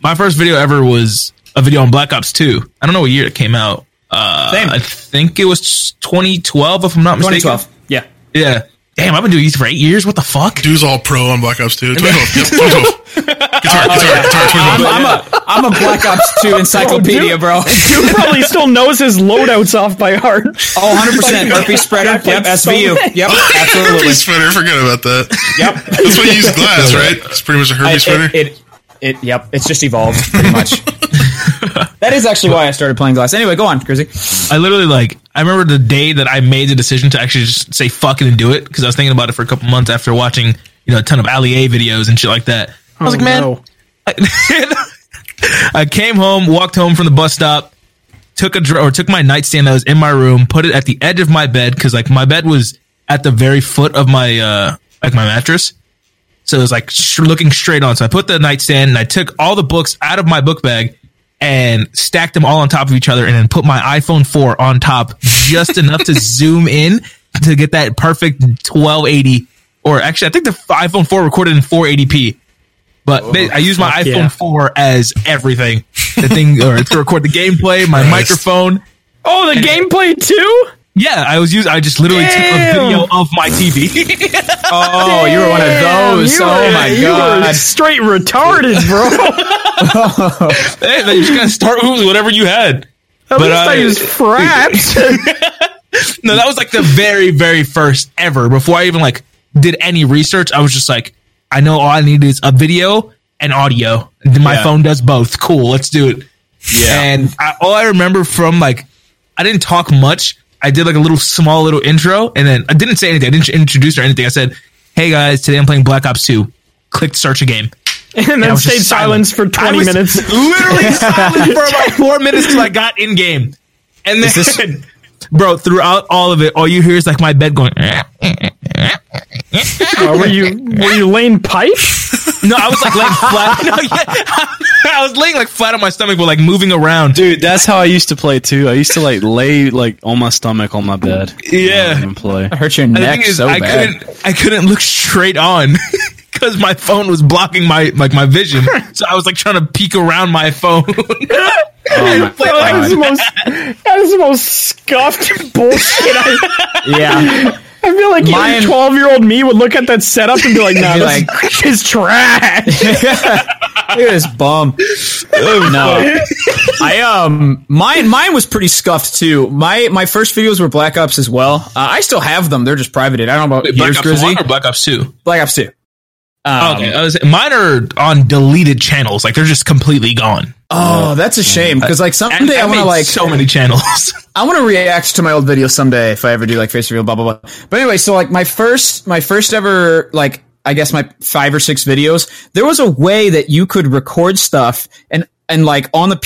Speaker 3: my first video ever was a video on Black Ops Two. I don't know what year it came out. Uh,
Speaker 4: Same.
Speaker 3: I think it was 2012, if I'm not mistaken.
Speaker 4: 2012. Yeah.
Speaker 3: Yeah. Damn, I've been doing these for eight years. What the fuck?
Speaker 5: Dude's all pro on Black Ops 2. 2012. Yep, 2012. Guitar, guitar, guitar, 2012.
Speaker 4: I'm a I'm a Black Ops 2 encyclopedia, bro.
Speaker 2: Oh, Dude probably still knows his loadouts off by heart.
Speaker 4: Oh, 100%. Burpee spreader. Yep. SVU. Yep. Absolutely.
Speaker 5: Herpes sweater. Forget about that.
Speaker 4: Yep.
Speaker 5: That's why you use glass, right? It's pretty much a herpes
Speaker 4: It,
Speaker 5: sweater.
Speaker 4: it, it, yep. It's just evolved pretty much. that is actually why I started playing Glass. Anyway, go on, Grizzy.
Speaker 3: I literally like I remember the day that I made the decision to actually just say fucking and do it because I was thinking about it for a couple months after watching you know a ton of Ali A videos and shit like that. I was like, man,
Speaker 2: no.
Speaker 3: I came home, walked home from the bus stop, took a dr- or took my nightstand that was in my room, put it at the edge of my bed because like my bed was at the very foot of my uh like my mattress, so it was like sh- looking straight on. So I put the nightstand and I took all the books out of my book bag and stacked them all on top of each other, and then put my iPhone four on top just enough to zoom in to get that perfect twelve eighty. Or actually, I think the iPhone four recorded in four eighty p. But they- I use my iPhone
Speaker 2: Oh, yeah.
Speaker 3: 4 as everything. The thing or to record the gameplay, my microphone.
Speaker 2: Oh, the gameplay too.
Speaker 3: Yeah, I was use I just literally took a
Speaker 2: Damn.
Speaker 3: video of my TV.
Speaker 4: Oh, you were one of those.
Speaker 2: You
Speaker 4: oh
Speaker 2: were-
Speaker 4: my
Speaker 2: you were
Speaker 4: god.
Speaker 2: straight retarded, bro.
Speaker 3: hey, then you just gotta start with whatever you had.
Speaker 2: At
Speaker 3: But
Speaker 2: least I,
Speaker 3: I-
Speaker 2: use Fraps.
Speaker 3: No, that was like the very, very first ever. Before I even like did any research, I was just like, I know all I need is a video and audio. My
Speaker 1: Yeah.
Speaker 3: phone does both. Cool, let's do it.
Speaker 1: Yeah.
Speaker 3: And I, all I remember from like, I didn't talk much. I did like a little small little intro, and then I didn't say anything. I didn't introduce or anything. I said, "Hey guys, today I'm playing Black Ops 2." Clicked search a game.
Speaker 2: and
Speaker 3: I
Speaker 2: then
Speaker 3: was just
Speaker 2: stayed
Speaker 3: silent.
Speaker 2: silence for
Speaker 3: I
Speaker 2: 20
Speaker 3: was
Speaker 2: minutes.
Speaker 3: Literally silent for about four minutes till I got in game, and then, bro, throughout all of it, all you hear is like my bed going. "Eh, eh, eh, eh."
Speaker 2: Oh, were you were you laying pipe?
Speaker 3: No, I was like laying flat. No, yeah. I was laying like flat on my stomach, but like moving around.
Speaker 1: Dude, that's how I used to play too. I used to like lay like on my stomach on my bed
Speaker 3: yeah.
Speaker 1: and play.
Speaker 4: Hurt your
Speaker 3: The
Speaker 4: neck
Speaker 3: thing is,
Speaker 4: so
Speaker 3: I
Speaker 4: bad.
Speaker 3: couldn't, I couldn't look straight on because my phone was blocking my like my vision. so I was like trying to peek around my phone.
Speaker 4: Oh my
Speaker 2: that, is the
Speaker 4: God.
Speaker 2: most, that is the most scuffed bullshit. I,
Speaker 4: Yeah.
Speaker 2: I feel like
Speaker 4: Mine-
Speaker 2: even 12 year old me would look at that setup and be like, nah,
Speaker 4: be
Speaker 2: this is trash.
Speaker 4: Look at this bum. no. I um mine mine was pretty scuffed too. My my first videos were Black Ops as well. Uh, I still have them. They're just privated. I don't know about yours, Grizzy.
Speaker 3: Black Ops Two? Oh,
Speaker 4: Black Ops 2. Um,
Speaker 3: okay, I was, mine are on deleted channels. Like they're just completely gone.
Speaker 4: Oh, that's a shame because like someday I,
Speaker 3: I
Speaker 4: want to
Speaker 3: made
Speaker 4: like
Speaker 3: so many channels.
Speaker 4: I want to react to my old video someday if I ever do like face reveal, blah blah blah. But anyway, so like my first, my first ever, like I guess my five or six videos, there was a way that you could record stuff and and like on the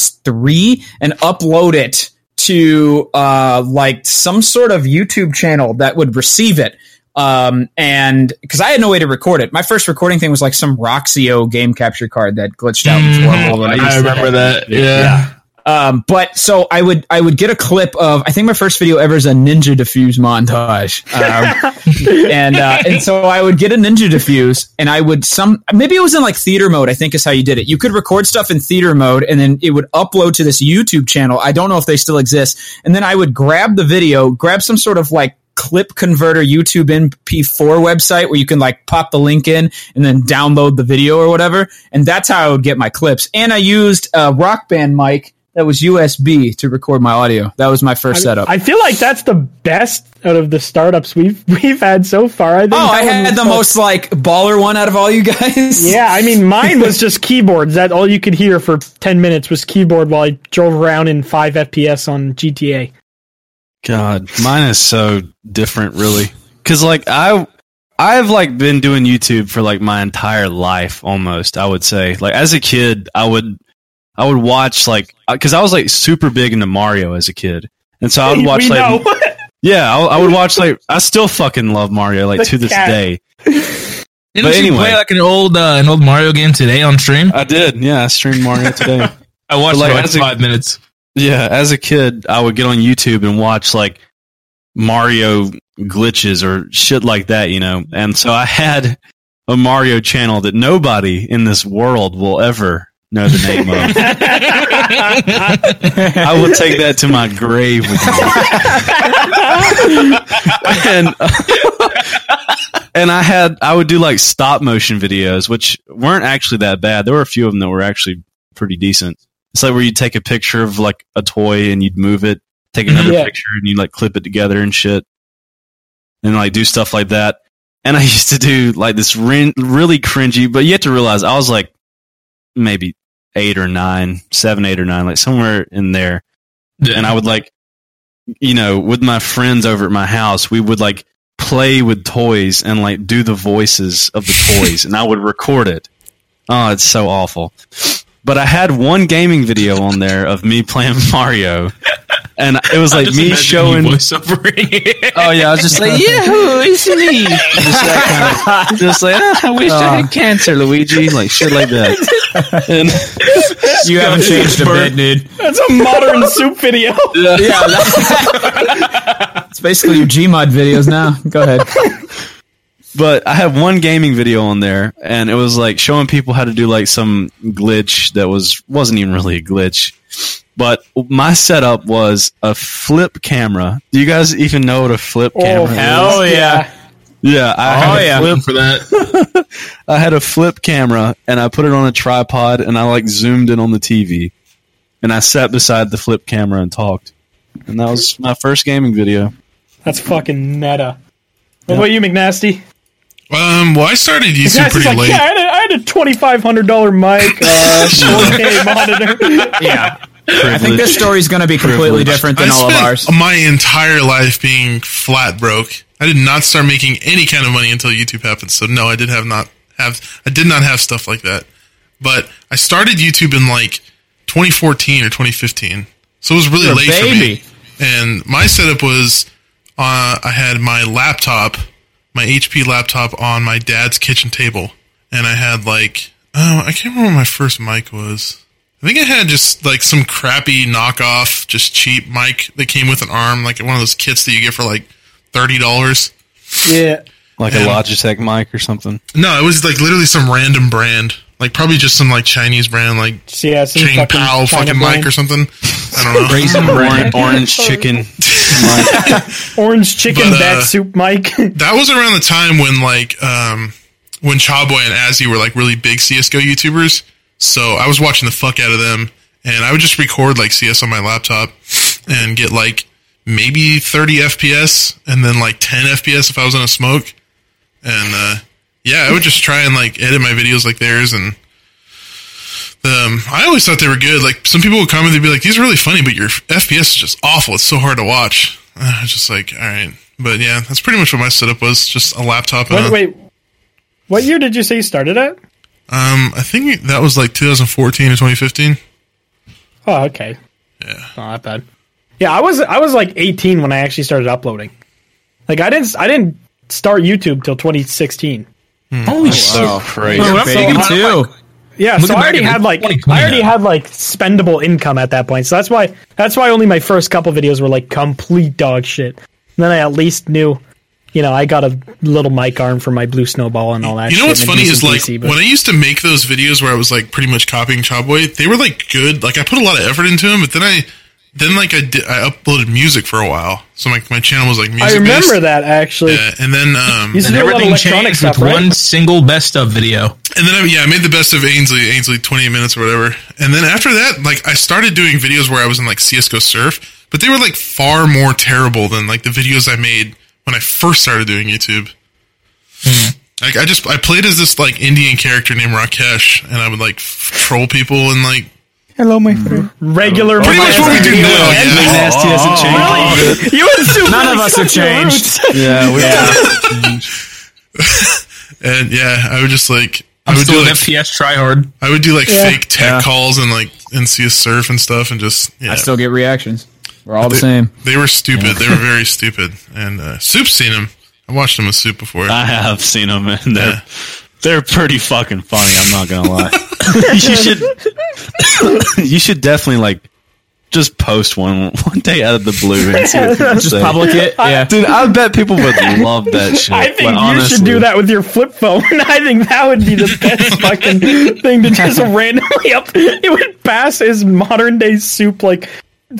Speaker 4: PS3 and upload it to uh like some sort of YouTube channel that would receive it. Um and because I had no way to record it, my first recording thing was like some Roxio game capture card that glitched out. and was horrible when used it.
Speaker 3: that. Yeah.
Speaker 4: Um, but so I would I would get a clip of I think my first video ever is a ninja diffuse montage, um, and uh, and so I would get a ninja diffuse and I would some maybe it was in like theater mode I think is how you did it. You could record stuff in theater mode and then it would upload to this YouTube channel. I don't know if they still exist, and then I would grab the video, grab some sort of like clip converter YouTube MP4 website where you can like pop the link in and then download the video or whatever. And that's how I would get my clips. And I used a rock band mic that was USB to record my audio. That was my first setup.
Speaker 2: I feel like that's the best out of the startups we've we've had so far. I think
Speaker 4: oh,
Speaker 2: that
Speaker 4: I
Speaker 2: one
Speaker 4: had
Speaker 2: was
Speaker 4: the
Speaker 2: like-
Speaker 4: most like baller one out of all you guys.
Speaker 2: Yeah, I mean, mine was just keyboards. That all you could hear for ten minutes was keyboard while I drove around in five FPS on GTA.
Speaker 1: God, mine is so different, really. Because like I, I've like been doing YouTube for like my entire life, almost. I would say, like as a kid, I would, I would watch like because I was like super big into Mario as a kid, and so I would watch
Speaker 2: we
Speaker 1: like
Speaker 2: know.
Speaker 1: yeah, I, I would watch like I still fucking love Mario like
Speaker 2: The
Speaker 1: to this
Speaker 2: cat.
Speaker 1: day.
Speaker 3: Didn't
Speaker 1: But
Speaker 3: you
Speaker 1: anyway.
Speaker 3: play like an old uh, an old Mario game today on stream?
Speaker 1: I did, yeah, I streamed Mario today.
Speaker 3: I watched
Speaker 1: Uh, Like,
Speaker 3: it like
Speaker 1: that's a-
Speaker 3: five minutes.
Speaker 1: Yeah, as a kid, I would get on YouTube and watch like Mario glitches or shit like that, you know. And so I had a Mario channel that nobody in this world will ever know the name of. I will take that to my grave with me. and uh, and I had I would do like stop motion videos, which weren't actually that bad. There were a few of them that were actually pretty decent. It's like where you take a picture of like a toy and you'd move it, take another
Speaker 2: Yeah.
Speaker 1: picture and you like clip it together and shit, and like do stuff like that. And I used to do like this rin- really cringy, but you have to realize I was like maybe eight or nine, seven, eight or nine, like somewhere in there. And I would like, you know, with my friends over at my house, we would like play with toys and like do the voices of the toys, and I would record it. Oh, it's so awful. But I had one gaming video on there of me playing Mario, and it was like
Speaker 3: Just
Speaker 1: me
Speaker 3: imagine
Speaker 1: showing.
Speaker 3: you voiceovering it.
Speaker 1: Oh yeah, I was just like, yeah, it's me. Just that kind of, just like, "Ah, I wish I had cancer, Luigi, like shit like that. And
Speaker 4: you haven't changed a bit, dude.
Speaker 2: That's a modern soup video.
Speaker 4: Yeah, it's basically your Gmod videos now. Go ahead.
Speaker 1: but I have one gaming video on there, and it was like showing people how to do like some glitch that was wasn't even really a glitch. But my setup was a flip camera. Do you guys even know what a flip
Speaker 2: Oh,
Speaker 1: camera is?
Speaker 4: hell yeah.
Speaker 1: Oh, Yeah, I
Speaker 3: Oh,
Speaker 1: had a flip-
Speaker 3: Flip for that.
Speaker 1: I had a flip camera, and I put it on a tripod, and I like zoomed in on the TV, and I sat beside the flip camera and talked, and that was my first gaming video.
Speaker 2: That's fucking meta. What about you, McNasty?
Speaker 5: Um, well, I started YouTube
Speaker 2: McNasty's
Speaker 5: pretty
Speaker 2: like,
Speaker 5: late.
Speaker 2: yeah, I had a- I had a twenty five hundred dollar mic, uh, 4K monitor.
Speaker 4: Yeah. I think this
Speaker 1: Privilege.
Speaker 4: story's going to be completely different than
Speaker 5: I
Speaker 4: all of
Speaker 5: spent
Speaker 4: ours.
Speaker 5: my entire life being flat broke. I did not start making any kind of money until YouTube happened. So no, I did have not have I did not have stuff like that. But I started YouTube in like 2014 or 2015. So it was really
Speaker 4: You're a
Speaker 5: late
Speaker 4: baby.
Speaker 5: for me. And my setup was uh, I had my laptop, my HP laptop on my dad's kitchen table. And I had like oh, I can't remember what my first mic was. I think I had just like some crappy knockoff, just cheap mic that came with an arm, like one of those kits that you get for like thirty dollars.
Speaker 2: yeah.
Speaker 1: like a Logitech mic or something.
Speaker 5: No, it was like literally some random brand, like probably just some like Chinese brand, like
Speaker 2: Yeah, some
Speaker 5: Ching
Speaker 2: fucking
Speaker 5: Pao
Speaker 2: China
Speaker 5: fucking mic
Speaker 2: brand.
Speaker 5: or something. I don't know.
Speaker 1: Orange, orange chicken. mic.
Speaker 2: Orange chicken
Speaker 5: But, uh,
Speaker 2: bat soup mic.
Speaker 5: that was around the time when like um when Chawboy and Azzy were like really big CS:GO YouTubers. So I was watching the fuck out of them, and I would just record like CS on my laptop and get like maybe 30 FPS and then like 10 FPS if I was on a smoke. And uh, yeah, I would just try and like edit my videos like theirs and. Um, I always thought they were good. Like some people would comment, they'd be like, "These are really funny, but your FPS is just awful. It's so hard to watch." Uh, I was just like, "All right," but yeah, that's pretty much what my setup was: just a laptop. And
Speaker 2: Wait,
Speaker 5: a-
Speaker 2: wait, what year did you say you started at?
Speaker 5: Um, I think that was like 2014 or 2015.
Speaker 2: Oh, okay.
Speaker 5: Yeah.
Speaker 2: not bad. Yeah, I was I was like 18 when I actually started uploading. Like I didn't I didn't start YouTube till 2016.
Speaker 4: Oh,
Speaker 3: Holy
Speaker 1: so crazy.
Speaker 3: Well, that's
Speaker 4: Baby
Speaker 3: all-
Speaker 4: too.
Speaker 2: Yeah, so I
Speaker 3: back
Speaker 2: already
Speaker 3: at it,
Speaker 2: had like
Speaker 3: 2020
Speaker 2: I already
Speaker 3: now.
Speaker 2: had like spendable income at that point. So that's why that's why only my first couple videos were like complete dog shit. And then I at least knew, you know, I got a little mic arm for my blue snowball and all that.
Speaker 5: You know
Speaker 2: shit
Speaker 5: what's
Speaker 2: and a
Speaker 5: funny is
Speaker 2: decent
Speaker 5: like
Speaker 2: PC, but-
Speaker 5: when I used to make those videos where I was like pretty much copying Chobboy, they were like good. Like I put a lot of effort into them, but then I then like I did I uploaded music for a while, so my my channel was like music.
Speaker 2: I remember
Speaker 5: based.
Speaker 2: that actually.
Speaker 5: Yeah, and then um,
Speaker 2: You used to
Speaker 3: And
Speaker 2: do a lot of
Speaker 3: everything
Speaker 2: electronic
Speaker 3: changed
Speaker 2: stuff,
Speaker 3: with
Speaker 2: right?
Speaker 3: one single best of video.
Speaker 5: and then I, yeah, I made the best of Ainsley, Ainsley 28 minutes or whatever. And then after that, like I started doing videos where I was in like CS:GO Surf, but they were like far more terrible than like the videos I made when I first started doing YouTube. Like I just I played as this like Indian character named Rakesh, and I would like f- troll people and like
Speaker 2: Hello, my friend. Regular.
Speaker 5: pretty much what we do now. yeah.
Speaker 1: Nasty hasn't changed.
Speaker 2: You assume
Speaker 4: None
Speaker 2: we
Speaker 4: of us
Speaker 2: suck
Speaker 4: have
Speaker 2: your
Speaker 4: changed.
Speaker 2: roots.
Speaker 1: Yeah, we yeah.
Speaker 5: And yeah, I would just like i
Speaker 3: I'm
Speaker 5: would
Speaker 3: still
Speaker 5: do
Speaker 3: an
Speaker 5: like
Speaker 3: FPS tryhard.
Speaker 5: I would do like fake tech calls and like and see a surf and stuff and just yeah.
Speaker 4: I still get reactions. We're all the same.
Speaker 5: They were stupid. They were very stupid. And uh, Soup's seen them. I watched them with Soup before.
Speaker 1: I have seen them, and they're they're pretty fucking funny. I'm not gonna lie. you should you should definitely like just post one one day out of the blue and see what people just say.
Speaker 4: Public it. Yeah.
Speaker 1: Dude, I bet people would love that shit.
Speaker 2: I think
Speaker 1: but
Speaker 2: you
Speaker 1: honestly,
Speaker 2: should do that with your flip phone. I think that would be the best fucking thing to just randomly up. It would pass as modern day soup like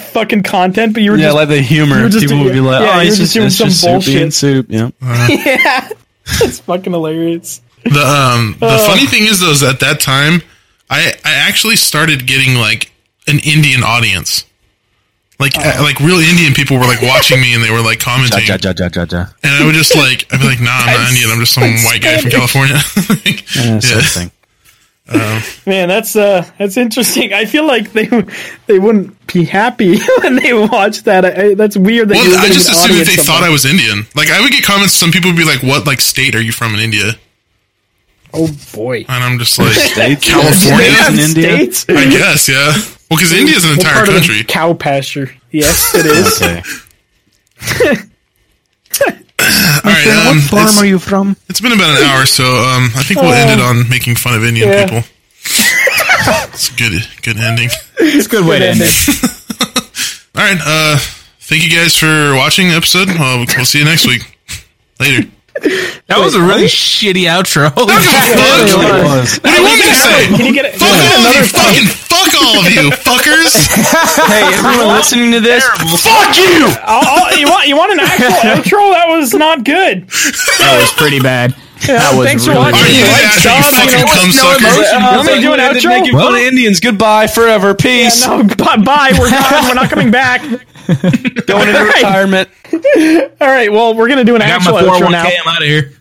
Speaker 2: fucking content, but you were
Speaker 1: Yeah,
Speaker 2: just
Speaker 1: like the humor.
Speaker 2: you're just
Speaker 1: people would be like,
Speaker 2: yeah,
Speaker 1: "Oh,
Speaker 2: you're
Speaker 1: he's
Speaker 2: just
Speaker 1: just,
Speaker 2: doing
Speaker 1: it's
Speaker 2: some
Speaker 1: just soup
Speaker 2: bullshit.
Speaker 1: eating soup." Yeah.
Speaker 2: it's fucking hilarious.
Speaker 5: The um the funny thing is though is at that time I I actually started getting like an Indian audience. Like
Speaker 2: Oh.
Speaker 5: uh, like real Indian people were like watching me and they were like commenting.
Speaker 1: Ja, ja, ja, ja, ja.
Speaker 5: And I would just like I'd be like, nah, I'm not Indian, I'm just some white guy from California.
Speaker 1: Yeah, sort of
Speaker 5: yeah.
Speaker 1: thing.
Speaker 2: Man, that's uh that's interesting. I feel like they they wouldn't be happy when they watch that. I, I- that's weird that you
Speaker 5: Well,
Speaker 2: were
Speaker 5: I
Speaker 2: getting
Speaker 5: just
Speaker 2: an
Speaker 5: assumed that they
Speaker 2: audience of
Speaker 5: thought
Speaker 2: that.
Speaker 5: I was Indian. Like I would get comments. Some people would be like, "What like state are you from in India?"
Speaker 2: Oh boy.
Speaker 5: And I'm just like,
Speaker 1: States,
Speaker 5: California?
Speaker 1: states in India.
Speaker 2: States?
Speaker 5: I guess, yeah. Well, because India is an
Speaker 2: What
Speaker 5: entire
Speaker 2: part of the
Speaker 5: country.
Speaker 2: cow pasture. Yes, it is.
Speaker 1: Okay.
Speaker 5: All right, um, it's,
Speaker 1: you from?
Speaker 5: it's been about an hour, so um, I think we'll end it on making fun of Indian
Speaker 2: Oh. Yeah.
Speaker 5: people. it's a good, good ending.
Speaker 4: It's a good way to end it.
Speaker 5: All right, uh, thank you guys for watching the episode. Uh, we'll see you next week. Later.
Speaker 3: That was a really shitty outro.
Speaker 5: Fuck! What do you want me to say?
Speaker 2: Can you get it?
Speaker 5: Fuck all of you! Fucking fuck all of you, fuckers!
Speaker 4: Hey, everyone listening to this,
Speaker 5: fuck you!
Speaker 2: I'll, I'll, you want you want an actual outro? That was not good.
Speaker 4: that was pretty bad. that was
Speaker 2: thanks for
Speaker 4: really
Speaker 2: watching.
Speaker 5: Are you
Speaker 2: Like,
Speaker 5: that you
Speaker 2: John, I
Speaker 5: fucking
Speaker 2: know
Speaker 5: cum sucker?
Speaker 2: Uh, they do an outro.
Speaker 4: Making
Speaker 1: Well, Indians, goodbye forever. Peace.
Speaker 2: No, bye. bye. We're gone. We're not coming back.
Speaker 1: Going into retirement.
Speaker 2: All right. Well, we're gonna do an
Speaker 3: Got
Speaker 2: actual
Speaker 3: my
Speaker 2: outro now.
Speaker 3: 401k. I'm out of here.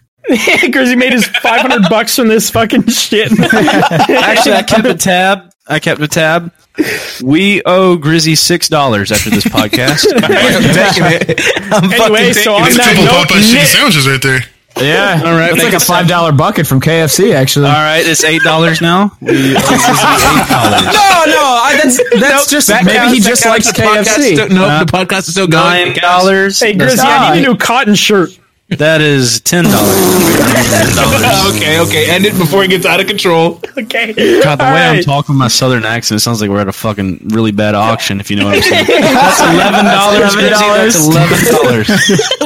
Speaker 2: Because he made his five hundred bucks from this fucking shit.
Speaker 1: Actually, I kept a tab. I kept a tab. We owe Grizzy six dollars after this podcast.
Speaker 2: anyway, so on
Speaker 5: That's a couple
Speaker 2: that
Speaker 5: Popeye
Speaker 2: note,
Speaker 5: chicken
Speaker 2: Nick,
Speaker 5: sandwiches right there.
Speaker 4: Yeah. All
Speaker 1: right,
Speaker 4: It's
Speaker 1: make
Speaker 4: like a
Speaker 1: us-
Speaker 4: five dollar bucket from KFC, actually.
Speaker 1: All right, it's eight dollars now. We owe Grizzy eight dollars.
Speaker 4: No, no, I, that's that's just maybe he just likes KFC.
Speaker 3: No, the podcast is still going.
Speaker 1: Nine dollars.
Speaker 2: hey Grizzy, I need a new cotton shirt.
Speaker 1: That is ten dollars.
Speaker 3: Oh, Okay, okay. End it before it gets out of control.
Speaker 2: Okay.
Speaker 1: God, the
Speaker 2: All
Speaker 1: way I'm
Speaker 2: right.
Speaker 1: talking with my southern accent, it sounds like we're at a fucking really bad auction. If you know what I'm saying. That's eleven dollars. That's eleven dollars.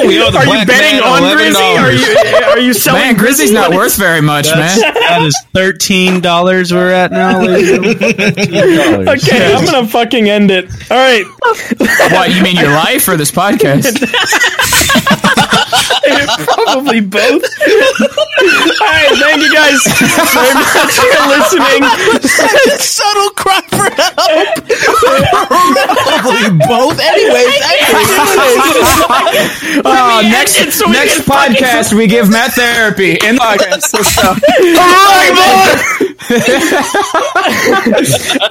Speaker 3: We owe the
Speaker 2: Are you
Speaker 3: black
Speaker 2: betting on
Speaker 3: man $11.
Speaker 2: Grizzy? Are you are you selling?
Speaker 4: Man, Grizzly's
Speaker 2: Grizzy?
Speaker 4: not
Speaker 2: What
Speaker 4: worth very much, man.
Speaker 1: That is thirteen dollars. We're at now.
Speaker 2: is- Okay, I'm gonna fucking end it. All right.
Speaker 4: What you mean, your life or this podcast?
Speaker 2: Probably both. All right, thank you guys very much for listening.
Speaker 6: subtle cry for help. Probably both. Anyways,
Speaker 1: Uh,
Speaker 4: Oh, next
Speaker 2: so we
Speaker 4: next
Speaker 2: can
Speaker 4: podcast we give Matt therapy in the podcast.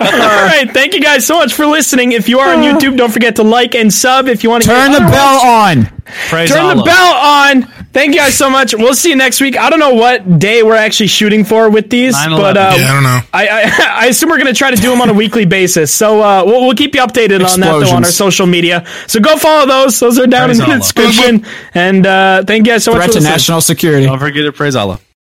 Speaker 2: All right, thank you guys so much for listening. If you are on YouTube, don't forget to like and sub. If you want to
Speaker 4: Turn the bell on.
Speaker 2: turn the bell on. Thank you guys so much. We'll see you next week. I don't know what day we're actually shooting for with these,
Speaker 1: 9/11.
Speaker 2: but uh,
Speaker 5: Yeah, I don't know.
Speaker 2: I, I, I assume we're going to try to do them on a weekly basis. So uh, we'll, we'll keep you updated on that though on our
Speaker 4: Explosions.
Speaker 2: social media. So go follow those. Those are down in the
Speaker 1: Allah.
Speaker 2: description. And uh, thank you guys so much
Speaker 4: Threat
Speaker 2: for
Speaker 4: to
Speaker 2: listening.
Speaker 4: national security.
Speaker 1: Don't forget to praise Allah.